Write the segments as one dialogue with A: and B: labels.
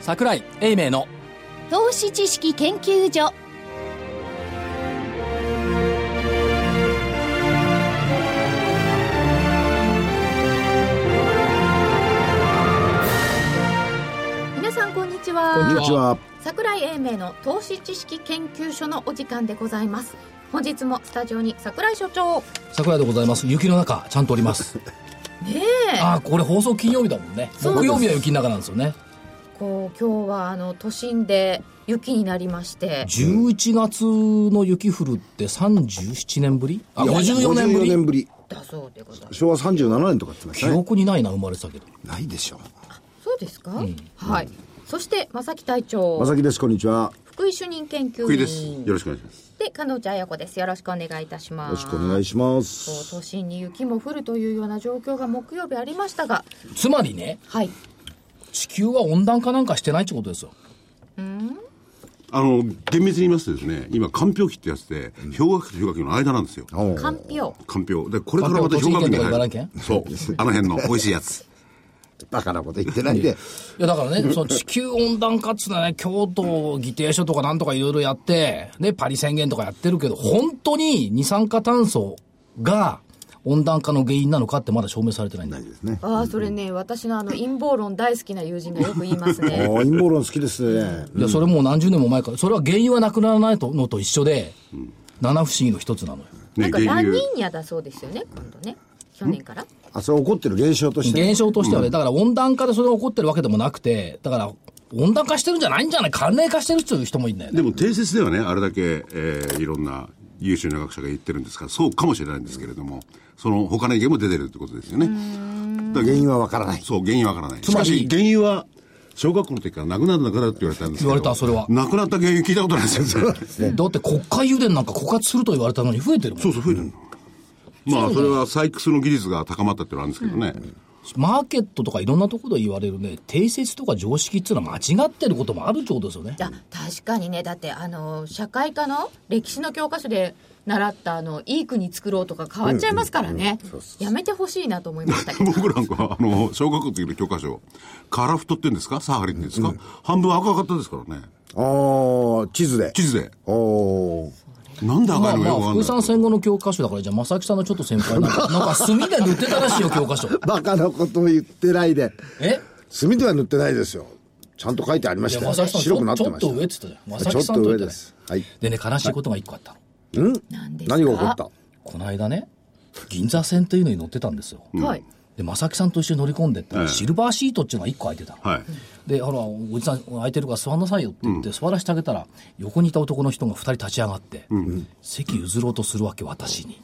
A: 桜井英明の
B: 投資知識研究所
C: 皆さんこんにち
D: こん
C: は
D: にちは。
C: 桜井英明の投資知識研究所のお時間でございます本日もスタジオに桜井所長
A: 桜井でございます雪の中ちゃんとおります
C: ねえ
A: ああこれ放送金曜日だもんね
C: そうで
A: 木
C: す
A: 曜日は雪の中なんですよね
C: こう今日はあの都心で雪になりまして
A: 11月の雪降るって37年ぶりあ54年ぶ
D: 54
A: り
D: 年ぶり。
C: だそうでございます
D: 昭和37年とかって言ってまし
A: 記
D: たね。
A: 憶にないな生まれてたけど
D: ないでしょ。
C: そうですか、はいそして正木隊長
D: まさきです、こんにちは。
C: 福井主任研究
E: 福
C: 員
E: 井です。よろしくお願いします。
C: で加納内彩子ですよろしくお願いいたし
D: よ
C: ま
D: ろ
C: す
D: しくお願いします。
C: こう都心に雪も降るというような状況が木曜日ありましたが
A: つまりね
C: はい
A: 地球は温暖化なんかしてないってことですよ
E: あの、厳密に言いますとですね、今、間氷期ってやつで、氷河期と氷河期の間なんですよ。
D: おう
C: かんぴょう
E: 間氷。で、これからまた氷河期に入
A: 間
E: る。そう。 あの辺の美味しいやつ。
D: バカなこと言ってないで。
A: いやだから ね、その地球温暖化っつうのはね、京都議定書とかなんとかいろいろやって、ね、パリ宣言とかやってるけど、本当に二酸化炭素が温暖化の原因なのかってまだ証明されてないんだ
D: ないですね。
C: ああそれね私のあの陰謀論大好きな友人がよく言います
D: お
C: ね
D: ー陰謀論好きですね。
A: いや、それもう何十年も前から、それは原因はなくならないとのと一緒で、七不思議の一つなのよ。
C: なんか
E: ね
C: ラニーニャだそうですよね今度ね去年から
D: あ、それ怒ってる現象として。
A: 現象としてはね、だから温暖化でそれが起こってるわけでもなくて、だから温暖化してるんじゃないんじゃない寒冷化してるっていう人もいるんだよね。
E: でも定説ではね、あれだけ、えーいろんな優秀な学者が言ってるんですから、そうかもしれないんですけれども、その他の意見も出てるってことですよね。だから
D: 原因はわからない。
E: そう、原因わからない。
A: つ
E: し
A: まり
E: かし、原因は、小学校の時からなくなるなくなるって言われたんですけ
A: 言
E: ど
A: われたそれは
E: なくなった原因聞いたことないですよ、それ
A: だって国会油田なんか枯渇すると言われたのに増えてるもん
E: そうそう、増えてるの。まあ、それは採掘の技術が高まったってのはあるんですけどね。
A: マーケットとかいろんなところで言われるね、定説とか常識っていうのは間違ってることもあるってことですよね
C: い。や確かにねだってあの社会科の歴史の教科書で習ったあのいい国作ろうとか変わっちゃいますからねやめてほしいなと思いましたけど
E: 僕なんか、あの、小学校の時の教科書、カラフトって言うんですかサハリンって言うんですか、半分赤かったですから
D: あ
E: ね。
D: あ、地図で。
E: 地図で。
D: おー
E: なんで赤
A: ま
E: い
A: あ
E: の
A: ま
E: かよくわ
A: あ、
E: かん
A: 福井
E: な
A: さ
E: い。
A: ん戦後の教科書だから、じゃあ、正木さんのちょっと先輩なんか、なんか墨で塗ってたらしいよ、教科書。
D: バカなこと言ってないで。
A: え
D: 墨では塗ってないですよ。ちゃんと書いてありま
A: い
D: し
A: や、
D: たよ。
A: 正木さん、ち
D: 白くな
A: ょ
D: っ
A: ちょ
D: て
A: っ
D: ました
A: と
D: よ。
A: 上っつったじゃん。
D: ち
A: 正
D: ょ
A: 木
D: っ
A: さ
D: と
A: んと
D: 上
A: 言
D: で
A: って
D: す。はい。
A: でね、悲しいことが一個あったの。
C: なんですか
D: 何が起こった
A: この間ね、銀座線というのに乗ってたんですよ。
C: はい
A: で、正木さんと一緒に乗り込んでったら、
E: ええ
A: シルバーシートっていうのが一個空いてたの。
E: はい。
A: で、ほら、おじさん空いてるから座んなさいよって言って、座らせてあげたら、横にいた男の人が二人立ち上がって、席譲ろうとするわけ、私に。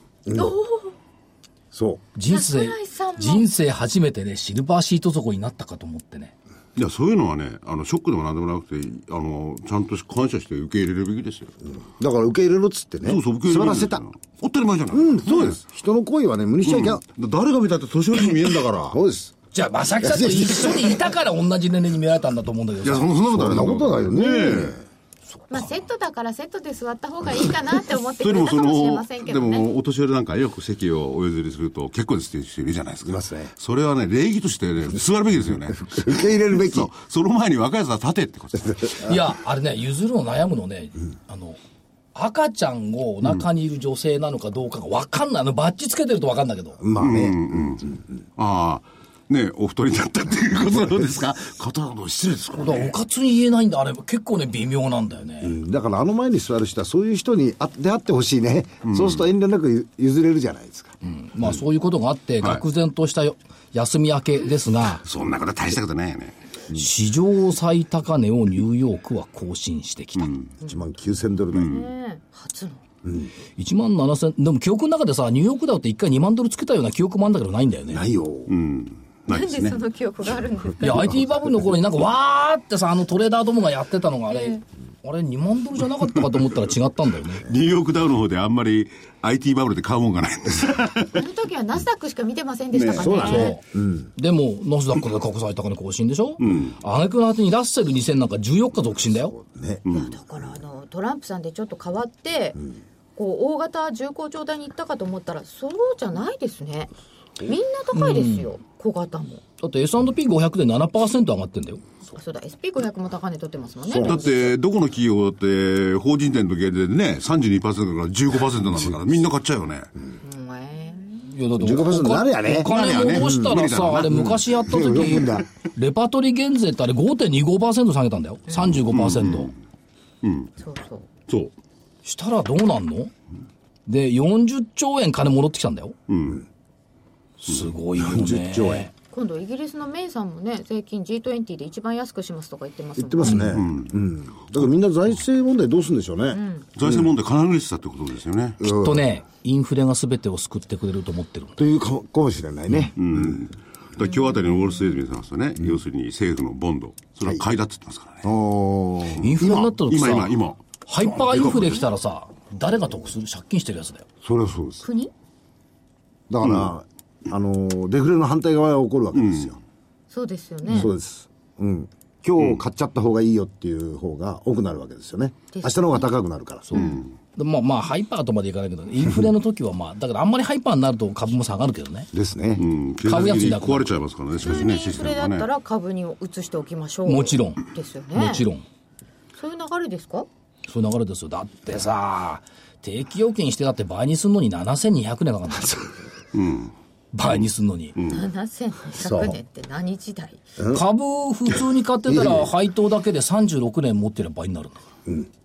D: そう。
A: 人生
C: 桜井さん、も
A: 人生初めてね、シルバーシート底になったかと思ってね。
E: いや、そういうのはね、あの、ショックでもなんでもなくて、あの、ちゃんと感謝して受け入れるべきですよ。
D: だから受け入れろっつってね。
E: そうそう、受け入れ
D: 座
E: る
D: ら
E: べき
D: せ
E: ですよ
D: た。
E: 当たり前じゃない。うん、そうです。
D: 人の行為はね、無理しちゃいけない。
E: 誰が見たって年寄りに見えんだから。
D: そうです。
A: じゃあ、正木さんと一緒にいたから同じ年齢に見られたんだと思うんだけ
E: いや、
A: ど
E: そ
A: さ。
E: んなこと
D: そんなことないよね。
C: まあセットだからセットで座った方がいいかなって思って
E: そ
C: く
E: れで
C: れ
E: も
C: た
E: そ
C: かもしれ
E: の
C: ません、け
E: で
C: どね
E: も、お年寄りなんかよく席をお譲りすると、結構ですっていう人いるじゃないですか。
D: いますね
E: それはね、礼儀としてね、座るべきです よね。
D: 受け入れるべき。
E: そう。その前に若い奴は立てってこ とです。
A: いや、あれね、譲るの悩むのね、あの、赤ちゃんをお腹にいる女性なのかどうかがわかんない。あの、バッチつけてるとわかんないけど。
D: まあね。
E: ああ、ねお太りになったっていうことなので すか。方なの失礼ですから
A: だか
E: ね。
A: ら、おかつに言えないんだ。あれ、結構ね、微妙なんだよね。
D: だからあの前に座る人はそういう人にあ出会ってほしいね。そうすると遠慮なくゆ譲れるじゃないですか。
A: まあ、そういうことがあって、
E: はい
A: 愕然としたよ休み明けですが、
E: そんなこと大したことないよね。
A: 史上最高値をニューヨークは更新してきた。
D: 1万9000ドル台。
C: ねえ初の
A: 1万7000、でも記憶の中でさ、ニューヨークダウって一回2万ドルつけたような記憶もあるんだけどないんだよね。
D: ないよ。
E: な
C: ないん
E: で
C: で
E: すね
C: そ。の記憶があるんですか
A: いや、IT バブルの頃になんか、わーってさ、あのトレーダーどもがやってたのが、あれ、あれ2万ドルじゃなかったかと思ったら違ったんだよね。
E: ニューヨークダウの方であんまり IT バブルで買うもんがない んです。
C: あの時はナスダックしか見てませんでした
D: ねえそう
C: から
D: だ
A: そ
C: ね
A: う。でも、ナスダックで過去最高値更新でしょあげくの果てにラッセル2000なんか14日続伸だよ。
C: いやだからあのトランプさんでちょっと変わってこう大型重工場帯に行ったかと思ったらそうじゃないですねみんな高いですよ、小型も。
A: だって S&P500 で7%上がってんだよ。
C: あそうだ、SP500 も高値取ってますもんね。
E: だって、どこの企業だって、法人店の限定でね、32%から15%なんだから、みんな買っちゃうよね。
C: うんえー
A: いや、だって
D: 15%
A: お金
D: なるやね
A: お金戻したら
E: なるや
A: さ、
E: ね
A: あれ昔やった時
D: うんでもよくんだ、
A: レパートリー減税ってあれ5.25%下げたんだよ。35%。
C: そうそう。
E: そう。
A: したらどうなんので、40兆円金戻ってきたんだよ。すごいよね。
D: 40兆円。
C: 今度イギリスのメイさんもね、税金 G20 で一番安くしますとか言ってます
D: 言
C: も
D: っ
C: ん
D: てますね。うん。だからみんな財政問題どうするんでしょうね。
E: 財政問題金繰りしてたってことですよね。
A: きっとね、インフレが全てを救ってくれると思ってる。
D: というかもかもしれないね。
E: だから今日あたりのウォール・ストリート見てますとね、要するに政府のボンド、それは買いだって言ってますからね。
D: おー
A: インフレになった時
E: 今、
A: さ、
E: 今、今。
A: ハイパーインフレ来たらさ、誰が得する借金してるやつだよ。
D: それはそうです。
C: 国
D: だから、あのー、デフレの反対側が起こるわけですよ。
C: そうですよね。
D: そうです。うん。今日買っちゃった方がいいよっていう方が多くなるわけですよね。
C: ですね
D: 明日の方が高くなるから。
A: でまあまあ、ハイパーとまでいかないけど、インフレの時はまあ、だからあんまりハイパーになると株も下がるけどね。
D: ですね。
E: うん、経済
A: 買う
E: 的
A: やつい
E: に
A: なくなる
E: 壊れちゃいますからね、しか
C: 普通に
E: し
C: イ
E: ね、
C: ン
E: シス
C: フ
E: テム
C: レだ
E: が
C: った
E: ね。
C: ら株に移しておきましょう。
A: もちろん
C: ですよね。
A: もちろん。
C: そういう流れですか
A: そういう流れですよ。だってさ、定期預金してだって倍にすんのに7200年かかるんですよ。倍にすんのに。
C: ?7200 年って何時代
A: 株普通に買ってたら配当だけで36年持ってれば倍になるんだから。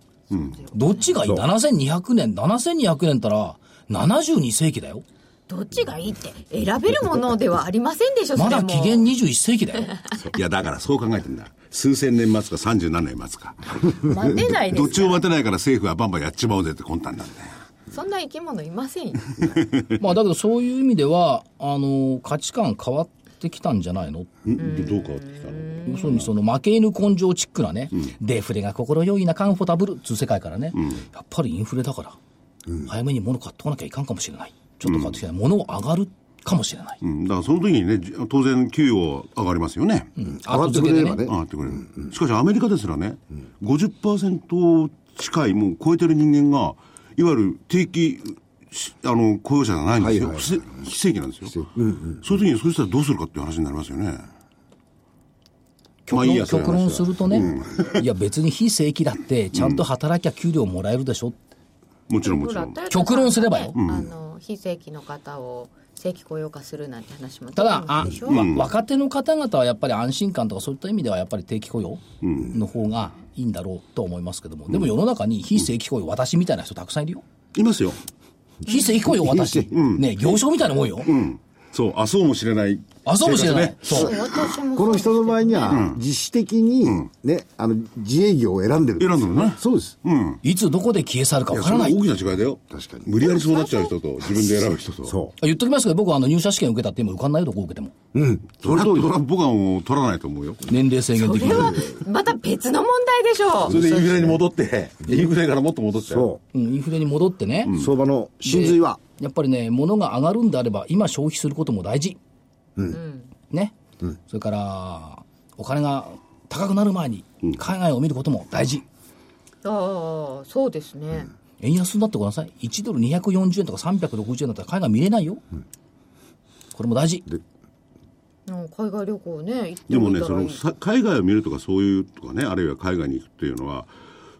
A: どっちがいい ?7200 年。7200年ったら72世紀だよ。
C: どっちがいいって選べるものではありませんでしょ、
A: ま
C: それ
A: だ
C: も
A: 紀元21世紀だよ。
E: いや、だからそう考えてんだ。数千年待つか、三十何年待つか。
C: 待てないで
E: どっ
C: す
E: ちも待てないから政府はバンバンやっちまおうぜって魂胆なんだよ。
C: そんな生き物いませんよ。
A: まあだけどそういう意味では、あの、価値観変わってきたんじゃないの
E: んどう変わってきたの
A: 要するにその負け犬根性チックなね、デフレが心よいなカンフォタブルっつう世界からね、やっぱりインフレだから、早めに物買っとかなきゃいかんかもしれない。ちょっと買ってきてない、物を上がるかもしれない。
E: うん、だからその時にね、じ当然給与上がりますよね。
D: 上がってくれればね。
E: 上がってくれる。しかしアメリカですらね、50%近い、もう超えてる人間が、いわゆる定期、しあの、雇用者じゃないんですよ。
D: はいはい
E: 非正非正規なんですよ。そういう時に、そうしたらどうするかっていう話になりますよね。まあ
A: 極
E: いいや
A: 論
E: それは
A: 極論するとね、いや別に非正規だって、ちゃんと働きゃ給料もらえるでしょ。
E: もちろんもちろん
C: ほ。ら
A: 極論すればよ
C: トヨタさんねあの非正規の方を正規雇用化するなんて話も
A: ただ、
C: あ
A: あ
C: るでしょ
A: わ若手の方々はやっぱり安心感とかそういった意味ではやっぱり定期雇用の方がいいんだろうと思いますけども、でも世の中に非正規雇用、私みたいな人たくさんいるよ。
E: いますよ。
A: 非正規雇用私。ね業種みたいなもんよ。
E: うん。そう、あ、そうも知れない。
A: あ、そうもしれない。
C: そ
A: そうう。
C: 私も
D: この人の場合には、自主的に、ね、あの、自営業を選んでるですよ
E: 選んでるね
D: そうです。
A: いつどこで消え去るか
E: い
A: わ
E: や
A: か
E: それ
A: ら
E: は
A: ない。
E: 大きな違いだよ。
D: 確かに
E: 無理やりそうなっちゃう人と、自分で選ぶ人と。
D: そう。
A: 言っときますけど、僕はあの入社試験受けたって今受かんないよ、どこ受けても。
E: それと、それは僕はもう取らないと思うよ。
A: 年齢制限
C: そ
A: 的
C: れは
A: に。
C: また別の問題でしょ
E: それでインフレに戻って、インフレからもっと戻っちゃう。
D: そ
A: うん、インフレに戻ってね。
D: う。相場の真髄は、
A: やっぱりね、物が上がるんであれば、今消費することも大事。ね。それから、お金が高くなる前に、海外を見ることも大事。
C: ああそうですね、
A: 円安になってごらんなさい。1ドル240円とか360円だったら海外見れないよ。これも大事。
C: うん海外旅行ね行って
E: でも
C: み
E: ね、
C: た
E: そ
C: らいい
E: のさ海外を見るとかそういうとかね、あるいは海外に行くっていうのは、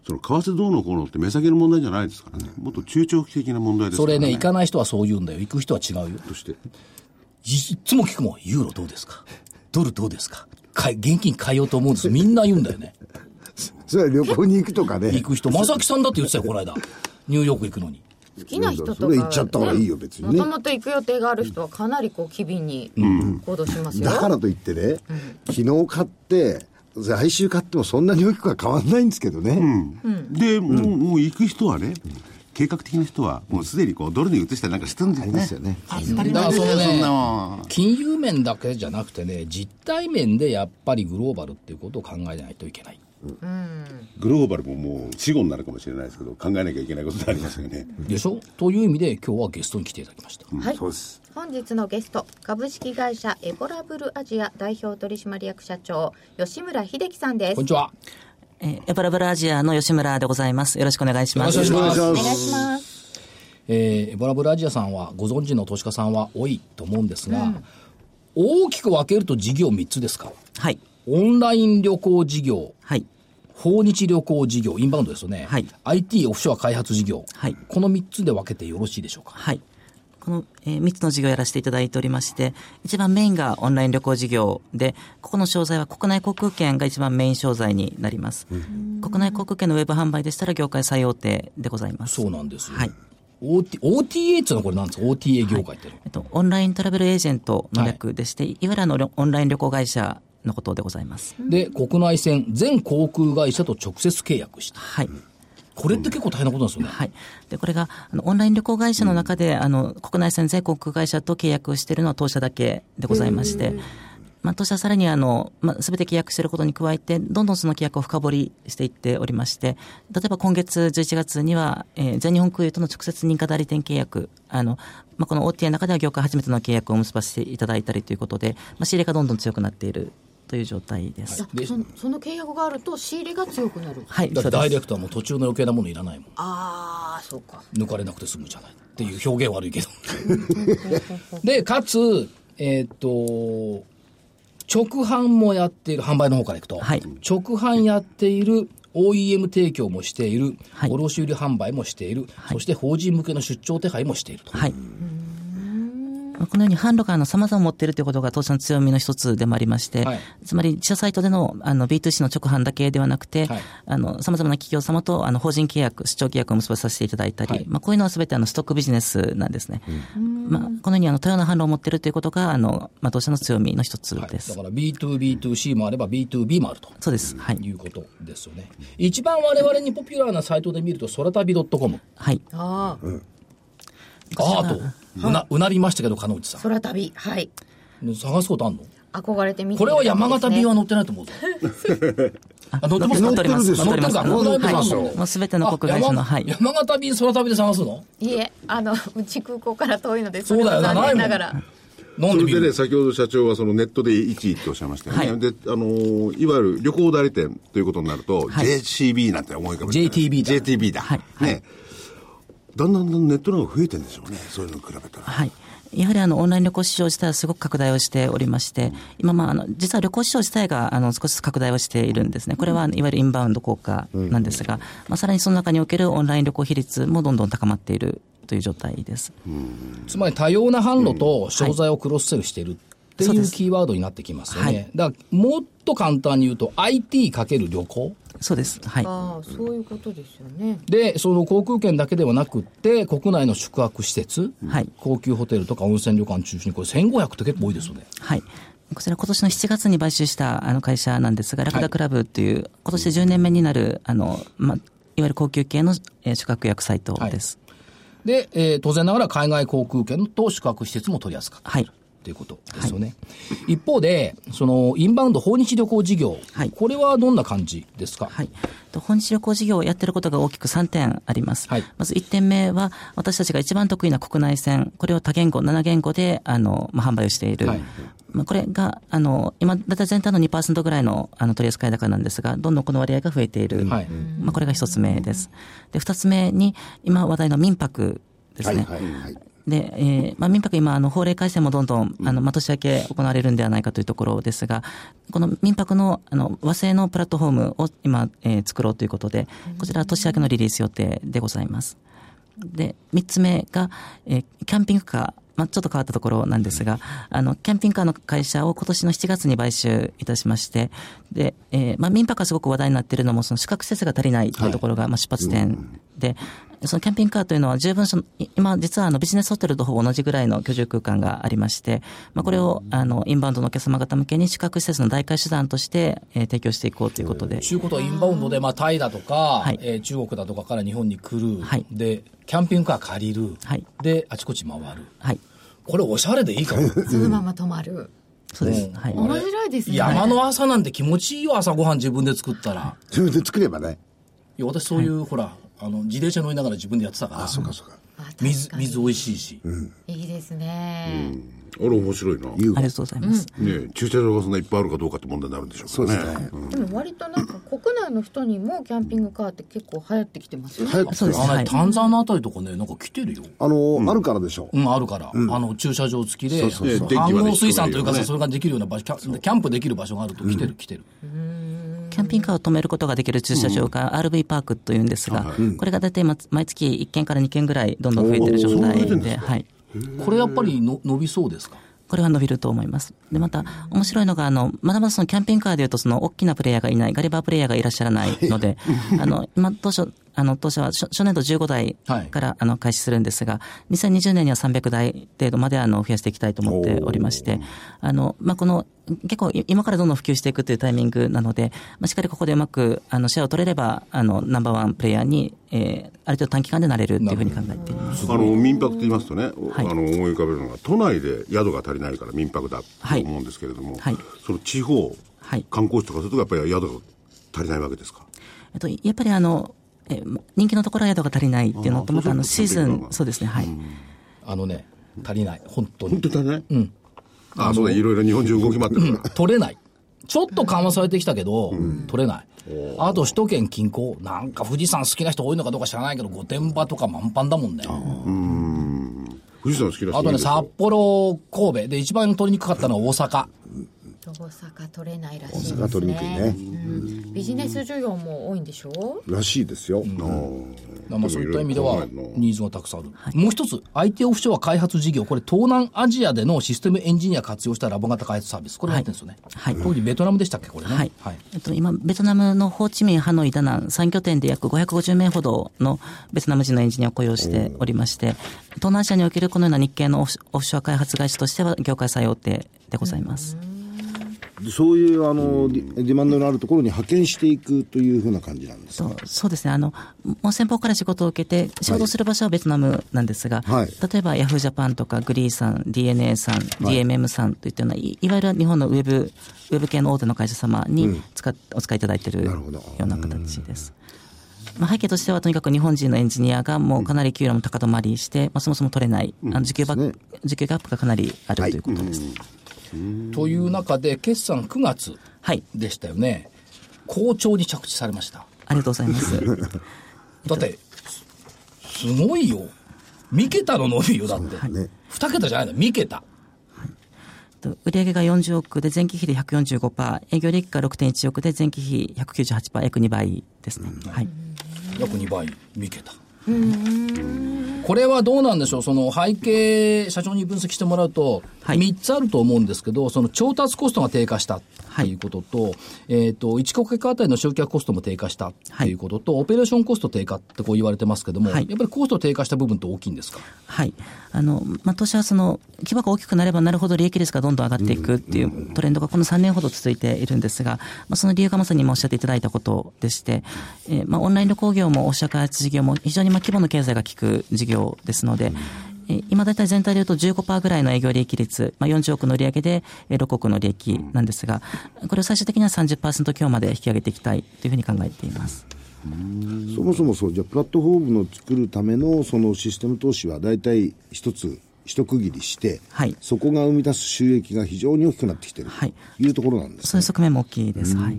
E: その為替どうのこうのって目先の問題じゃないですからね。もっと中長期的な問題ですか
A: そ
E: ら
A: れ
E: ね。
A: ね、行かない人はそう言うんだよ。行く人は違うよ。
E: として。
A: いいつも聞くもん、ユーロどうですかドルどうですかかい現金買いようと思うんですみんな言うんだよね。
D: それは旅行に行くとかね。
A: 行く人。まさきさんだって言ってたよ、この間。ニューヨーク行くのに。
C: 好きな人とか
D: それ行っちゃった方がいいよ別にね
C: もともと行く予定がある人はかなりこう機敏に行動しますよ、
D: だからといってね、昨日買って、来週買ってもそんなに大きくは変わんないんですけどね。
E: で、もうもう行く人はね、計画的な人は、もうすでにこう、ドルに移したりなんかしてるんだよ
D: あり
E: ね。
D: ますよね。
A: だからその
E: そん
A: ね
E: なもん、
A: 金融面だけじゃなくてね、実態面でやっぱりグローバルっていうことを考えないといけない。
E: グローバルももう死後になるかもしれないですけど、考えなきゃいけないことってありますよね。
A: でしょという意味で今日はゲストに来ていただきました。
C: はい
D: そうです。
C: 本日のゲスト株式会社エボラブルアジア代表取締役社長吉村秀樹さんです
A: こんにちは。
F: えーエバラブラアジアの吉村でございます。よろしくお願いします。
A: よろしくお願いします
D: お願いしま
C: お願い
D: す
C: します
A: えーエボラブラジアさんはご存知の投資家さんは多いと思うんですが、大きく分けると事業3つですか
F: はい。
A: オンライン旅行事業
F: はい。
A: 訪日旅行事業インバウンドですよね、
F: はい
A: IT オフショア開発事業、
F: はい
A: この3つで分けてよろしいでしょうか
F: はい。この、えー、3つの事業をやらせていただいておりまして、一番メインがオンライン旅行事業で、ここの商材は国内航空券が一番メイン商材になります。国内航空券のウェブ販売でしたら業界最大手でございます。
A: そうなんですよ、
F: はい。
A: OT OTA っていうのはこれなんですか OTA 業界っていうのは、
F: えっと、オンライントラベルエージェントの略でして、い、わゆるあのオンライン旅行会社のことでございます。
A: で国内線全航空会社と直接契約した
F: はい。
A: これって結構大変なことなんですよね、
F: はい。で、これが、あのオンライン旅行会社の中で、あの、国内線全国会社と契約をしているのは当社だけでございまして、まあ、当社はさらにあの、まあ、すべて契約していることに加えて、どんどんその契約を深掘りしていっておりまして、例えば今月11月には、えー全日本空輸との直接認可代理店契約、あの、まあ、この OTA の中では業界初めての契約を結ばせていただいたりということで、まあ、仕入れがどんどん強くなっているという状態です。
C: あそのその契約があると仕入れが強くなる
F: はい、
A: だって
F: そうです
A: ダイレクトはもう途中の余計なものいらないもん
C: ああそうか
A: 抜かれなくて済むじゃないっていう表現悪い けどでかつえーっと直販もやっている販売の方からいくと、
F: はい
A: 直販やっている OEM 提供もしている、
F: はい
A: 卸売販売もしている、そして法人向けの出張手配もしていると、
F: はい。このように販路からの様々を持っているということが当社の強みの一つでもありまして、
A: はい
F: つまり自社サイトでのあの B2C の直販だけではなくて、
A: はい
F: あの様々な企業様とあの法人契約、出張契約を結ばさせていただいたり、
A: はい
F: まあ、こういうのは全てあのストックビジネスなんですね。まあ、このようにあの多様な販路を持っているということがあの、まあ、当社の強みの一つ
A: はい
F: で
A: だ
F: す。
A: から B2B2C もあれば B2B もあると
F: そうです。はい。
A: いうことですよね一番我々にポピュラーなサイトで見ると空旅 .com
F: はい。
C: あ
A: あ
C: あ
A: あとうな,、うなりましたけど金内さん
C: 空旅はい
A: 探すことあんの
C: 憧れてみて
A: これは山形便は
C: は
A: 乗ってないと思うぞ。 あ乗ってます
F: 乗
A: か
F: っております。
D: 乗ってるでしょ
A: あ乗ってるか
F: は
A: 乗って
F: い
A: ます
F: もう全ての国
A: あ
F: 外社の、
A: 山
F: はい。
A: 山形便、空旅で探すの
C: いえあのうち空港から遠いので
A: そうだよ
C: れは残念なが
A: ない
C: ら
A: なん
E: そ
A: で
E: れ
A: 見
E: でね、
A: る
E: 先ほど社長はそのネットで1位っておっしゃいましたよね。
F: はい
E: で、あのーいわゆる旅行代理店ということになると、
F: はい
E: JCB なんて思い浮かべるじゃない
A: JTB だ
E: JTB だ。
F: はい
E: ね。だんだんだんネットの方が増えてるんでしょうね。そういうのに比べたら。
F: はい。やはりあのオンライン旅行市場自体はすごく拡大をしておりまして、今、まあ、あの実は旅行市場自体があの少しずつ拡大をしているんですね、これはあのいわゆるインバウンド効果なんですが、まあ、さらにその中におけるオンライン旅行比率もどんどん高まっているという状態です。
A: つまり多様な販路と商材をクロスセルしてるって
F: そう
A: い
F: で
A: う
F: す
A: キーワードになってきますよ
F: は
A: ね
F: い。
A: だから、もっと簡単に言うと IT× 旅行
F: そうです、はい、
C: ああそういうことですよね
A: で、その航空券だけではなくって、国内の宿泊施設、
F: はい
A: 高級ホテルとか温泉旅館中心に、これ1500って結構多いですよね。
F: はい、こちら、今年の7月に買収したあの会社なんですが、ラクダクラブという、今年で10年目になるあの、まあ、いわゆる高級系のえー宿泊予約サイトです。
A: で、えー当然ながら海外航空券と宿泊施設も取り扱って
F: はい
A: ということですよね。一方で、その、インバウンド訪日旅行事業、
F: はい
A: これはどんな感じですか、
F: はい、と本日旅行事業をやってることが大きく3点あります、
A: はい
F: まず1点目は、私たちが一番得意な国内線、これを多言語、7言語であの、まあ、販売をしている、
A: はい
F: まあ、これがあの今、大体全体の2%ぐらいのあの取り扱い高なんですが、どんどんこの割合が増えている、
A: はい
F: まあ、これが1つ目です。で2つ目に今話題の民泊ですね、
D: はいはい。
F: で、えーまあ、民泊今、あの、法令改正もどんどん、あの、まあ、年明け行われるんではないかというところですが、この民泊の、あの、和製のプラットフォームを今、えー作ろうということで、こちらは年明けのリリース予定でございます。で、三つ目が、えーキャンピングカー。まあ、ちょっと変わったところなんですが、あの、キャンピングカーの会社を今年の7月に買収いたしまして、で、えーまあ、民泊がすごく話題になっているのも、その宿泊施設が足りないというところが、まあ、出発点で、そのキャンピングカーというのは十分その、い今、実はあの、ビジネスホテルとほぼ同じぐらいの居住空間がありまして、まあ、これを、あの、インバウンドのお客様方向けに宿泊施設の代替手段として、えー提供していこうということで。
A: 中古とインバウンドで、まあ、タイだとか、
F: い
A: えー中国だとかから日本に来る、
F: はい
A: で、キャンピングカー借りる、
F: はい
A: で、あちこち回る。
F: はい。
A: これおしゃれでいいかも。
C: そのまま泊まる
F: そうです。はい。
C: 面白いですね
A: 山の朝なんて気持ちいいよ、朝ごはん自分で作ったら。
D: 自分で作ればね。
A: いや、私そういう、ほら、あの、自転車乗りながら自分でやってたから、
D: そうかそうか。
C: あ確かに
A: 水、水美味しいし。
C: いいですね、
E: あれ面白いな。ね
F: ありがとうございます。
E: え駐車場がそんないっぱいあるかどうかって問題になるんでしょうからね。
D: そうですね
E: うん
C: でも割となんか国内の人にもキャンピングカーって結構流行ってきてますよね。
D: 早く
F: そうです。
A: あの
F: は
A: ね
F: い。
A: 丹沢のあたりとかね、なんか来てるよ。
D: あの、あるからでしょう。
A: うん、あるから、あの駐車場付きで、
E: うそう
A: 暗
E: 電気まで
A: 号
E: 引くとか
A: 水産というかさ、
E: ね
A: それができるような場所、キャンキャンプできる場所があると来てる、来てる。
F: キャンピングカーを止めることができる駐車場が RV パークというんですが、これが大体ま毎月1件から2件ぐらいどんどん増えてる状態で、はい。
A: これやっぱりの伸びそうですか
F: これは伸びると思います。で、また、面白いのが、あの、まだまだそのキャンピングカーでいうと、その、大きなプレイヤーがいない、ガリバープレイヤーがいらっしゃらないので、あの、今、当初、あの、当社は初、初年度15台から、あの、開始するんですが、2020年には300台程度まで、あの、増やしていきたいと思っておりまして、あの、まあ、この、結構、い今からどんどん普及していくというタイミングなので、まあ、しっかりここでうまく、あの、シェアを取れれば、あの、ナンバーワンプレイヤーに、えー、ある程度短期間でなれるっていうふうに考えています。
E: あの民泊と言いますとね、お
F: はい
E: あの思い浮かべるのが都内で宿が足りないから民泊だと思うんですけれども、
F: はい
E: その地方、
F: はい
E: 観光地とかするとやっぱり宿が足りないわけですか
F: えっと、やっぱりあの、えま人気のところは宿が足りないっていうの
E: あ
F: と、
E: ー
F: またあの
E: そ
F: シ
E: う
F: ー
E: そうそうそ
F: ズ
E: う
F: ン、そうですね、はい。
A: あのね、足りない、本当
E: 本
A: に。
E: 当に足りない、ああそうだいろいろ日本中動き回ってるから、
A: 取れない。ちょっと緩和されてきたけど、取れない。あと首都圏近郊、なんか富士山好きな人多いのかどうか知らないけど、御殿場とか満帆だもんね。あとね、
E: 富士山好きな人多いですよ
A: 札幌、神戸で一番取りにくかったのは大阪。
C: 大阪取れないらしいですね。
D: 大阪取りにくいね
C: うんビジネス需要も多いんでしょ
D: らしいですよ。
A: まあそういった意味では
E: でもいろいろ考えるな
A: ニーズがたくさんある。もう一つ、IT オフショア開発事業、これ東南アジアでのシステムエンジニア活用したラボ型開発サービス、これやってるんですよね。
F: はい
A: 当時ベトナムでしたっけ、これね。
F: はい。えっと、今、ベトナムのホーチミン、ハノイ、ダナン、3拠点で約550名ほどのベトナム人のエンジニアを雇用しておりまして、東南アジアにおけるこのような日系のオフオフショア開発会社としては、業界最大手でございます。
D: そういう、あの、ディディマンドのあるところに派遣していくというふうな感じなんです。
F: そうそうですね、あの、もう先方から仕事を受けて、仕事をする場所はベトナムなんですが、
D: はい
F: 例えばヤフージャパンとか、グリーさん、DNA さん、DMM さんといったような、いいわゆる日本のウェブ、ウェブ系の大手の会社様に使っ、お使いいただいてる
D: な
F: よ
D: るほど
F: うな形です。まあ、背景としては、とにかく日本人のエンジニアがもうかなり給料も高止まりして、まあ、そもそも取れない、あの受給バ
D: ですね
F: 受給ギャップがかなりあるということです。
A: という中で、決算9月
F: はい、
A: でしたよね。好調に着地されました。
F: ありがとうございます。
A: だって、すすごいよ。3桁の伸びよ、だって。
D: ね
A: 2桁じゃないの、3桁。
F: と売上が40億で前期比で145%、営業利益が6.1億で前期比198%、約2倍ですね。はい。
A: 約2倍見けた。これはどうなんでしょう、その背景、社長に分析してもらうと、
F: はい
A: 3つあると思うんですけど、その調達コストが低下したということと、えっ、と、1顧客あたりの集客コストも低下したということと、オペレーションコスト低下ってこう言われてますけども、
F: はい
A: やっぱりコスト低下した部分って大きいんですか。
F: はい。あの、まあ、当社はその、規模が大きくなればなるほど利益率がどんどん上がっていくっていうトレンドがこの3年ほど続いているんですが、まあ、その理由がまさに今おっしゃっていただいたことでして、えーまあ、オンライン旅行業もオフィシャ開発事業も非常にまあ規模の経済が効く事業ですので、えー今大体全体でいうと15%ぐらいの営業利益率、まあ、40億の売上でえー6億の利益なんですが、これを最終的には30%強まで引き上げていきたいというふうに考えています。
D: そもそもそう、じゃあプラットフォームの作るための、そのシステム投資は大体一つ、一区切りして、
F: はい
D: そこが生み出す収益が非常に大きくなってきてる、
F: はい
D: というところなんです
F: そういう
D: ね。
F: 側面も大きいです。はい。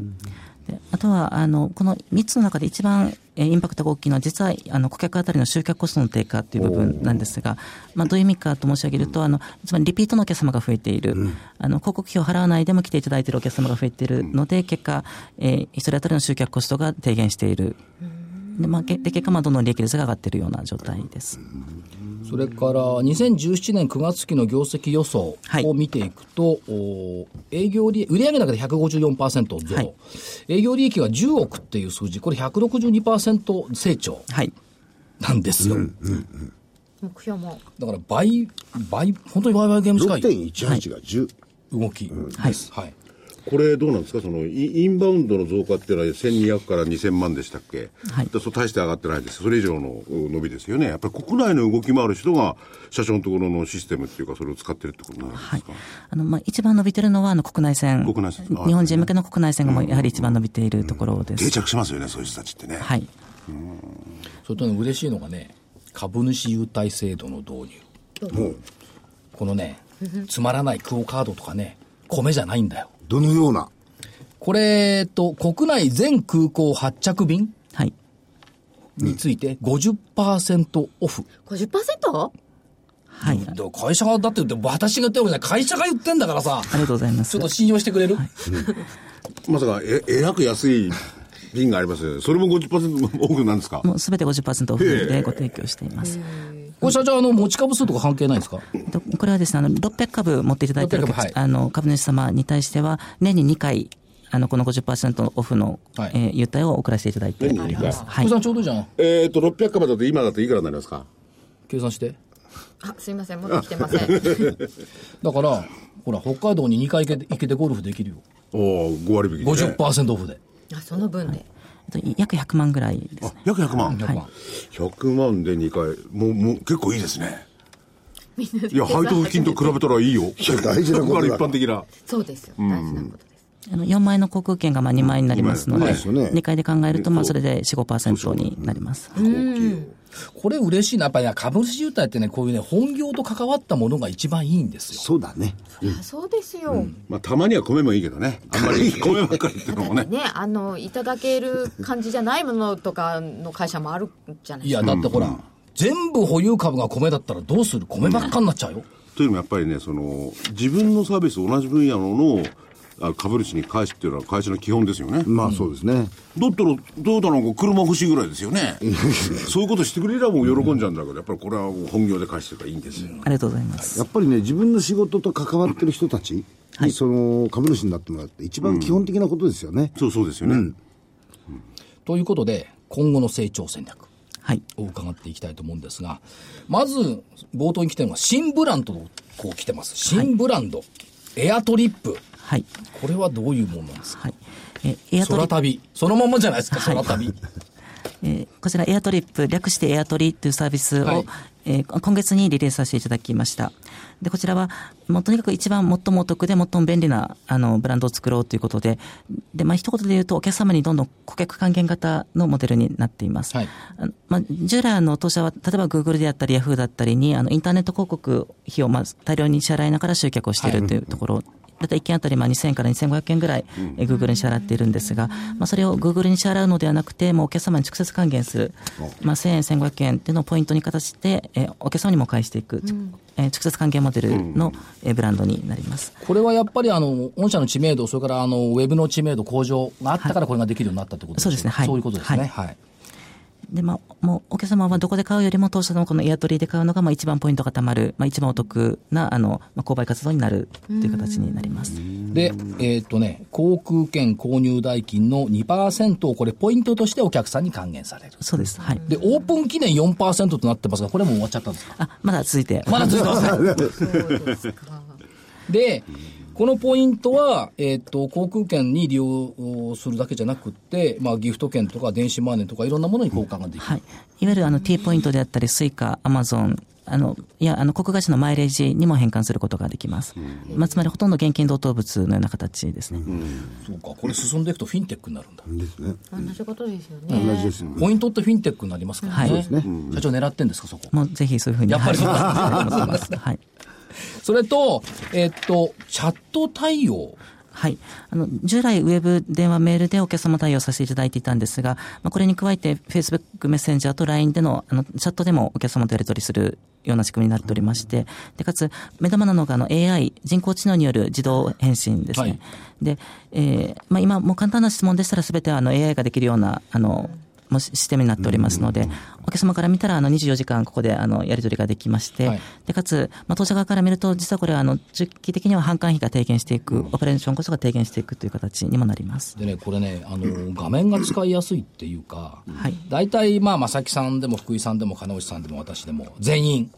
F: であとは、あの、この3つの中で一番、えーインパクトが大きいのは、実は、あの、顧客あたりの集客コストの低下っていう部分なんですが、まあ、どういう意味かと申し上げると、あの、つまりリピートのお客様が増えている、あの、広告費を払わないでも来ていただいているお客様が増えているので、結果、えー一人当たりの集客コストが低減している。で、まあ、けで結果、まあ、どんどん利益率が上がっているような状態です。
A: それから2017年9月期の業績予想
F: はい
A: を見ていくと、お営業利売上高で154%増、
F: はい
A: 営業利益が10億っていう数字、これ162%成長
F: はい。
A: なんですよ。
C: 目標も。
A: だから倍、倍、本当に倍々ゲーム近い
D: 6.18が10。
A: 動きです。はい。
E: これどうなんですかそのイインバウンドの増加っていうのは1200から2000万でしたっけ、
F: はい
E: でそう大して上がってないですそれ以上のうん伸びですよねやっぱり国内の動きもある人が社長のところのシステムっていうかそれを使ってるってことになるんですか、
F: あの、まあ、一番伸びてるのは、あの、国内線。
E: 国内線あ
F: 日本人向けの国内線がもうやはり一番伸びているところです。
E: 定着しますよねそういう人たちってね、
F: はい。
A: それとね、嬉しいのがね、株主優待制度の導入。このね、つまらないクオカードとかね、米じゃないんだよ。
D: どのような
A: これ、えっと、国内全空港発着便
F: はい。
A: について50%オフ。
C: 50%?
F: はい。あり
A: でも会社がだって言って、私が言ってるわけじゃない、会社が言ってんだからさ、
F: がとうございます。
A: ちょっと信用してくれる、
E: まさか、え、えらく安い瓶がありますよね。それも50%多くなんですか
F: もうすべて50%オフでご提供しています。
A: これ社長、あの、持ち株数とか関係ないんですか
F: とこれはですね、あの、600株持っていただいている
A: 600株はい
F: あの、株主様に対しては、年に2回、あの、この50%オフの、
A: はい
F: えー優待を送らせていただいており
E: 年に
F: ま
E: 二
F: す。
E: 回
A: 小
F: はい
A: 木さ。んちょうどいいじゃん。
E: えっ、と、600株だと今だといくらになりますか
A: 計算して。
C: あ、すいません、持ってきてません。
A: だから、ほら、北海道に2回行けて行けてゴルフできるよ。
E: おお5割引き、ね。
A: 50%オフで。
C: あ、その分で。
F: えっと約100万ぐらいです。
E: あ約100万。
A: 100万。
E: 100万で2回。もう、もう、結構いいですね。いや、配当金と比べたらいいよ。
D: 大事なことだ
E: 100が一般 的な。
C: そうですよ。大事なことです。
F: あの4枚の航空券がまあ2枚になりますの
E: 二
F: で、
E: 枚
D: ですよね
F: 2回で考えると、まあそれで4、5%になります。
A: これ嬉しいな。やっぱりね、株主優待ってね、こういうね、本業と関わったものが一番いいんですよ。
D: そうだね。
C: あ、そうですよ。
E: まあ、たまには米もいいけどね。あんまり 米ばっかりっていうのもね。
C: ね、あの、いただける感じじゃないものとかの会社もあるじゃない
A: い
C: です
A: や、だってほら、全部保有株が米だったらどうする米ばっかになっちゃうよ。
E: というのもやっぱりね、その、自分のサービスを同じ分野のあ株主に返すっていうのは会社の基本ですよね。
D: まあそうですね。
E: だったら、どうだろう、車欲しいぐらいですよね。そういうことしてくれればもう喜んじゃうんだけど、やっぱりこれはもう本業で返してるからいいんですよ。
F: ありがとうございます。
D: やっぱりね、自分の仕事と関わってる人たちに、その株主になってもらうって一番基本的なことですよね。
E: そうそうですよね。
A: ということで、今後の成長戦略
F: はい。
A: を伺っていきたいと思うんですが、まず、冒頭に来てるのは、新ブランドをこう来てます。新ブランド、エアトリップ。
F: はい。
A: これはどういうものなんですか
F: はい。えエアトリ
A: 空旅。そのまんまじゃないですか、
F: はい
A: 空旅。
F: えーこちらエアトリップ、略してエアトリというサービスを、
A: はい
F: えー今月にリリースさせていただきました。で、こちらは、もうとにかく一番最もお得で最も便利な、あの、ブランドを作ろうということで、で、まあ、一言で言うと、お客様にどんどん顧客還元型のモデルになっています。
A: はい
F: あのまあ、従来あの当社は、例えば Google であったり Yahoo だったりに、あの、インターネット広告費を、まあ、大量に支払いながら集客をしているというところ、だいたい1件あたりまあ2000から2500円ぐらい、えー Google に支払っているんですが、まあ、それを Google に支払うのではなくて、もうお客様に直接還元する、まあ、1000円、1500円っていうのをポイントに形で、えーお客様にも返していく、えー直接還元モデルの、えーブランドになります。
A: これはやっぱりあの、御社の知名度、それからあの、ウェブの知名度向上があったからこれができるようになったってことです
F: そうですねはい
A: そういうことですね。
F: はい
A: はい。
F: で、まあ、もう、お客様はどこで買うよりも、当社のこのエアトリーで買うのが、まあ、一番ポイントがたまる、まあ、一番お得な、あの、まあ、購買活動になるという形になります。
A: で、えーっとね、航空券購入代金の2%をこれポイントとしてお客さんに還元される。
F: そうです。はい。
A: で、オープン記念4%となってますが、これもう終わっちゃったんですか
F: あ、まだ続いて。
A: まだ続いてますね。
C: そうですか。
A: で、このポイントは、えーっと、航空券に利用するだけじゃなくって、まあ、ギフト券とか電子マネーとかいろんなものに交換ができる。
F: はい。いわゆるあの T ポイントであったり、スイカ、アマゾン、あの、いや、あの、航空会社のマイレージにも変換することができます。まあ、つまりほとんど現金同等物のような形ですね。
A: そうか、これ進んでいくとフィンテックになるんだ。
D: ですね。
C: 同じことですよ
D: 同
C: ね。
D: じですよね。
A: ポイントってフィンテックになりますからね。
F: はいそうです
D: ね
A: 社長狙ってんですか、そこ。
F: もうぜひそういうふうに。
A: やっぱりそう
F: はい思ってます。はい。
A: それと、えっと、チャット対応。
F: はい。あの、従来、ウェブ、電話、メールでお客様対応させていただいていたんですが、まあ、これに加えて、Facebook メッセンジャーと LINE での、あの、チャットでもお客様とやり取りするような仕組みになっておりまして、で、かつ、目玉なのが、あの、AI、人工知能による自動返信ですね。
A: はい
F: で、えーまあ、今、もう簡単な質問でしたら、すべてはあの AI ができるような、あの、もうシステムになっておりますので、お客様から見たら、あの、24時間ここで、あの、やり取りができまして、
A: はい
F: で、かつ、まあ、当社側から見ると、実はこれは、あの、中期的には販管費が低減していく、オペレーションコストが低減していくという形にもなります。
A: でね、これね、あの、画面が使いやすいっていうか、
F: はい
A: 大体、まあ、正木さんでも福井さんでも金内さんでも私でも、全員、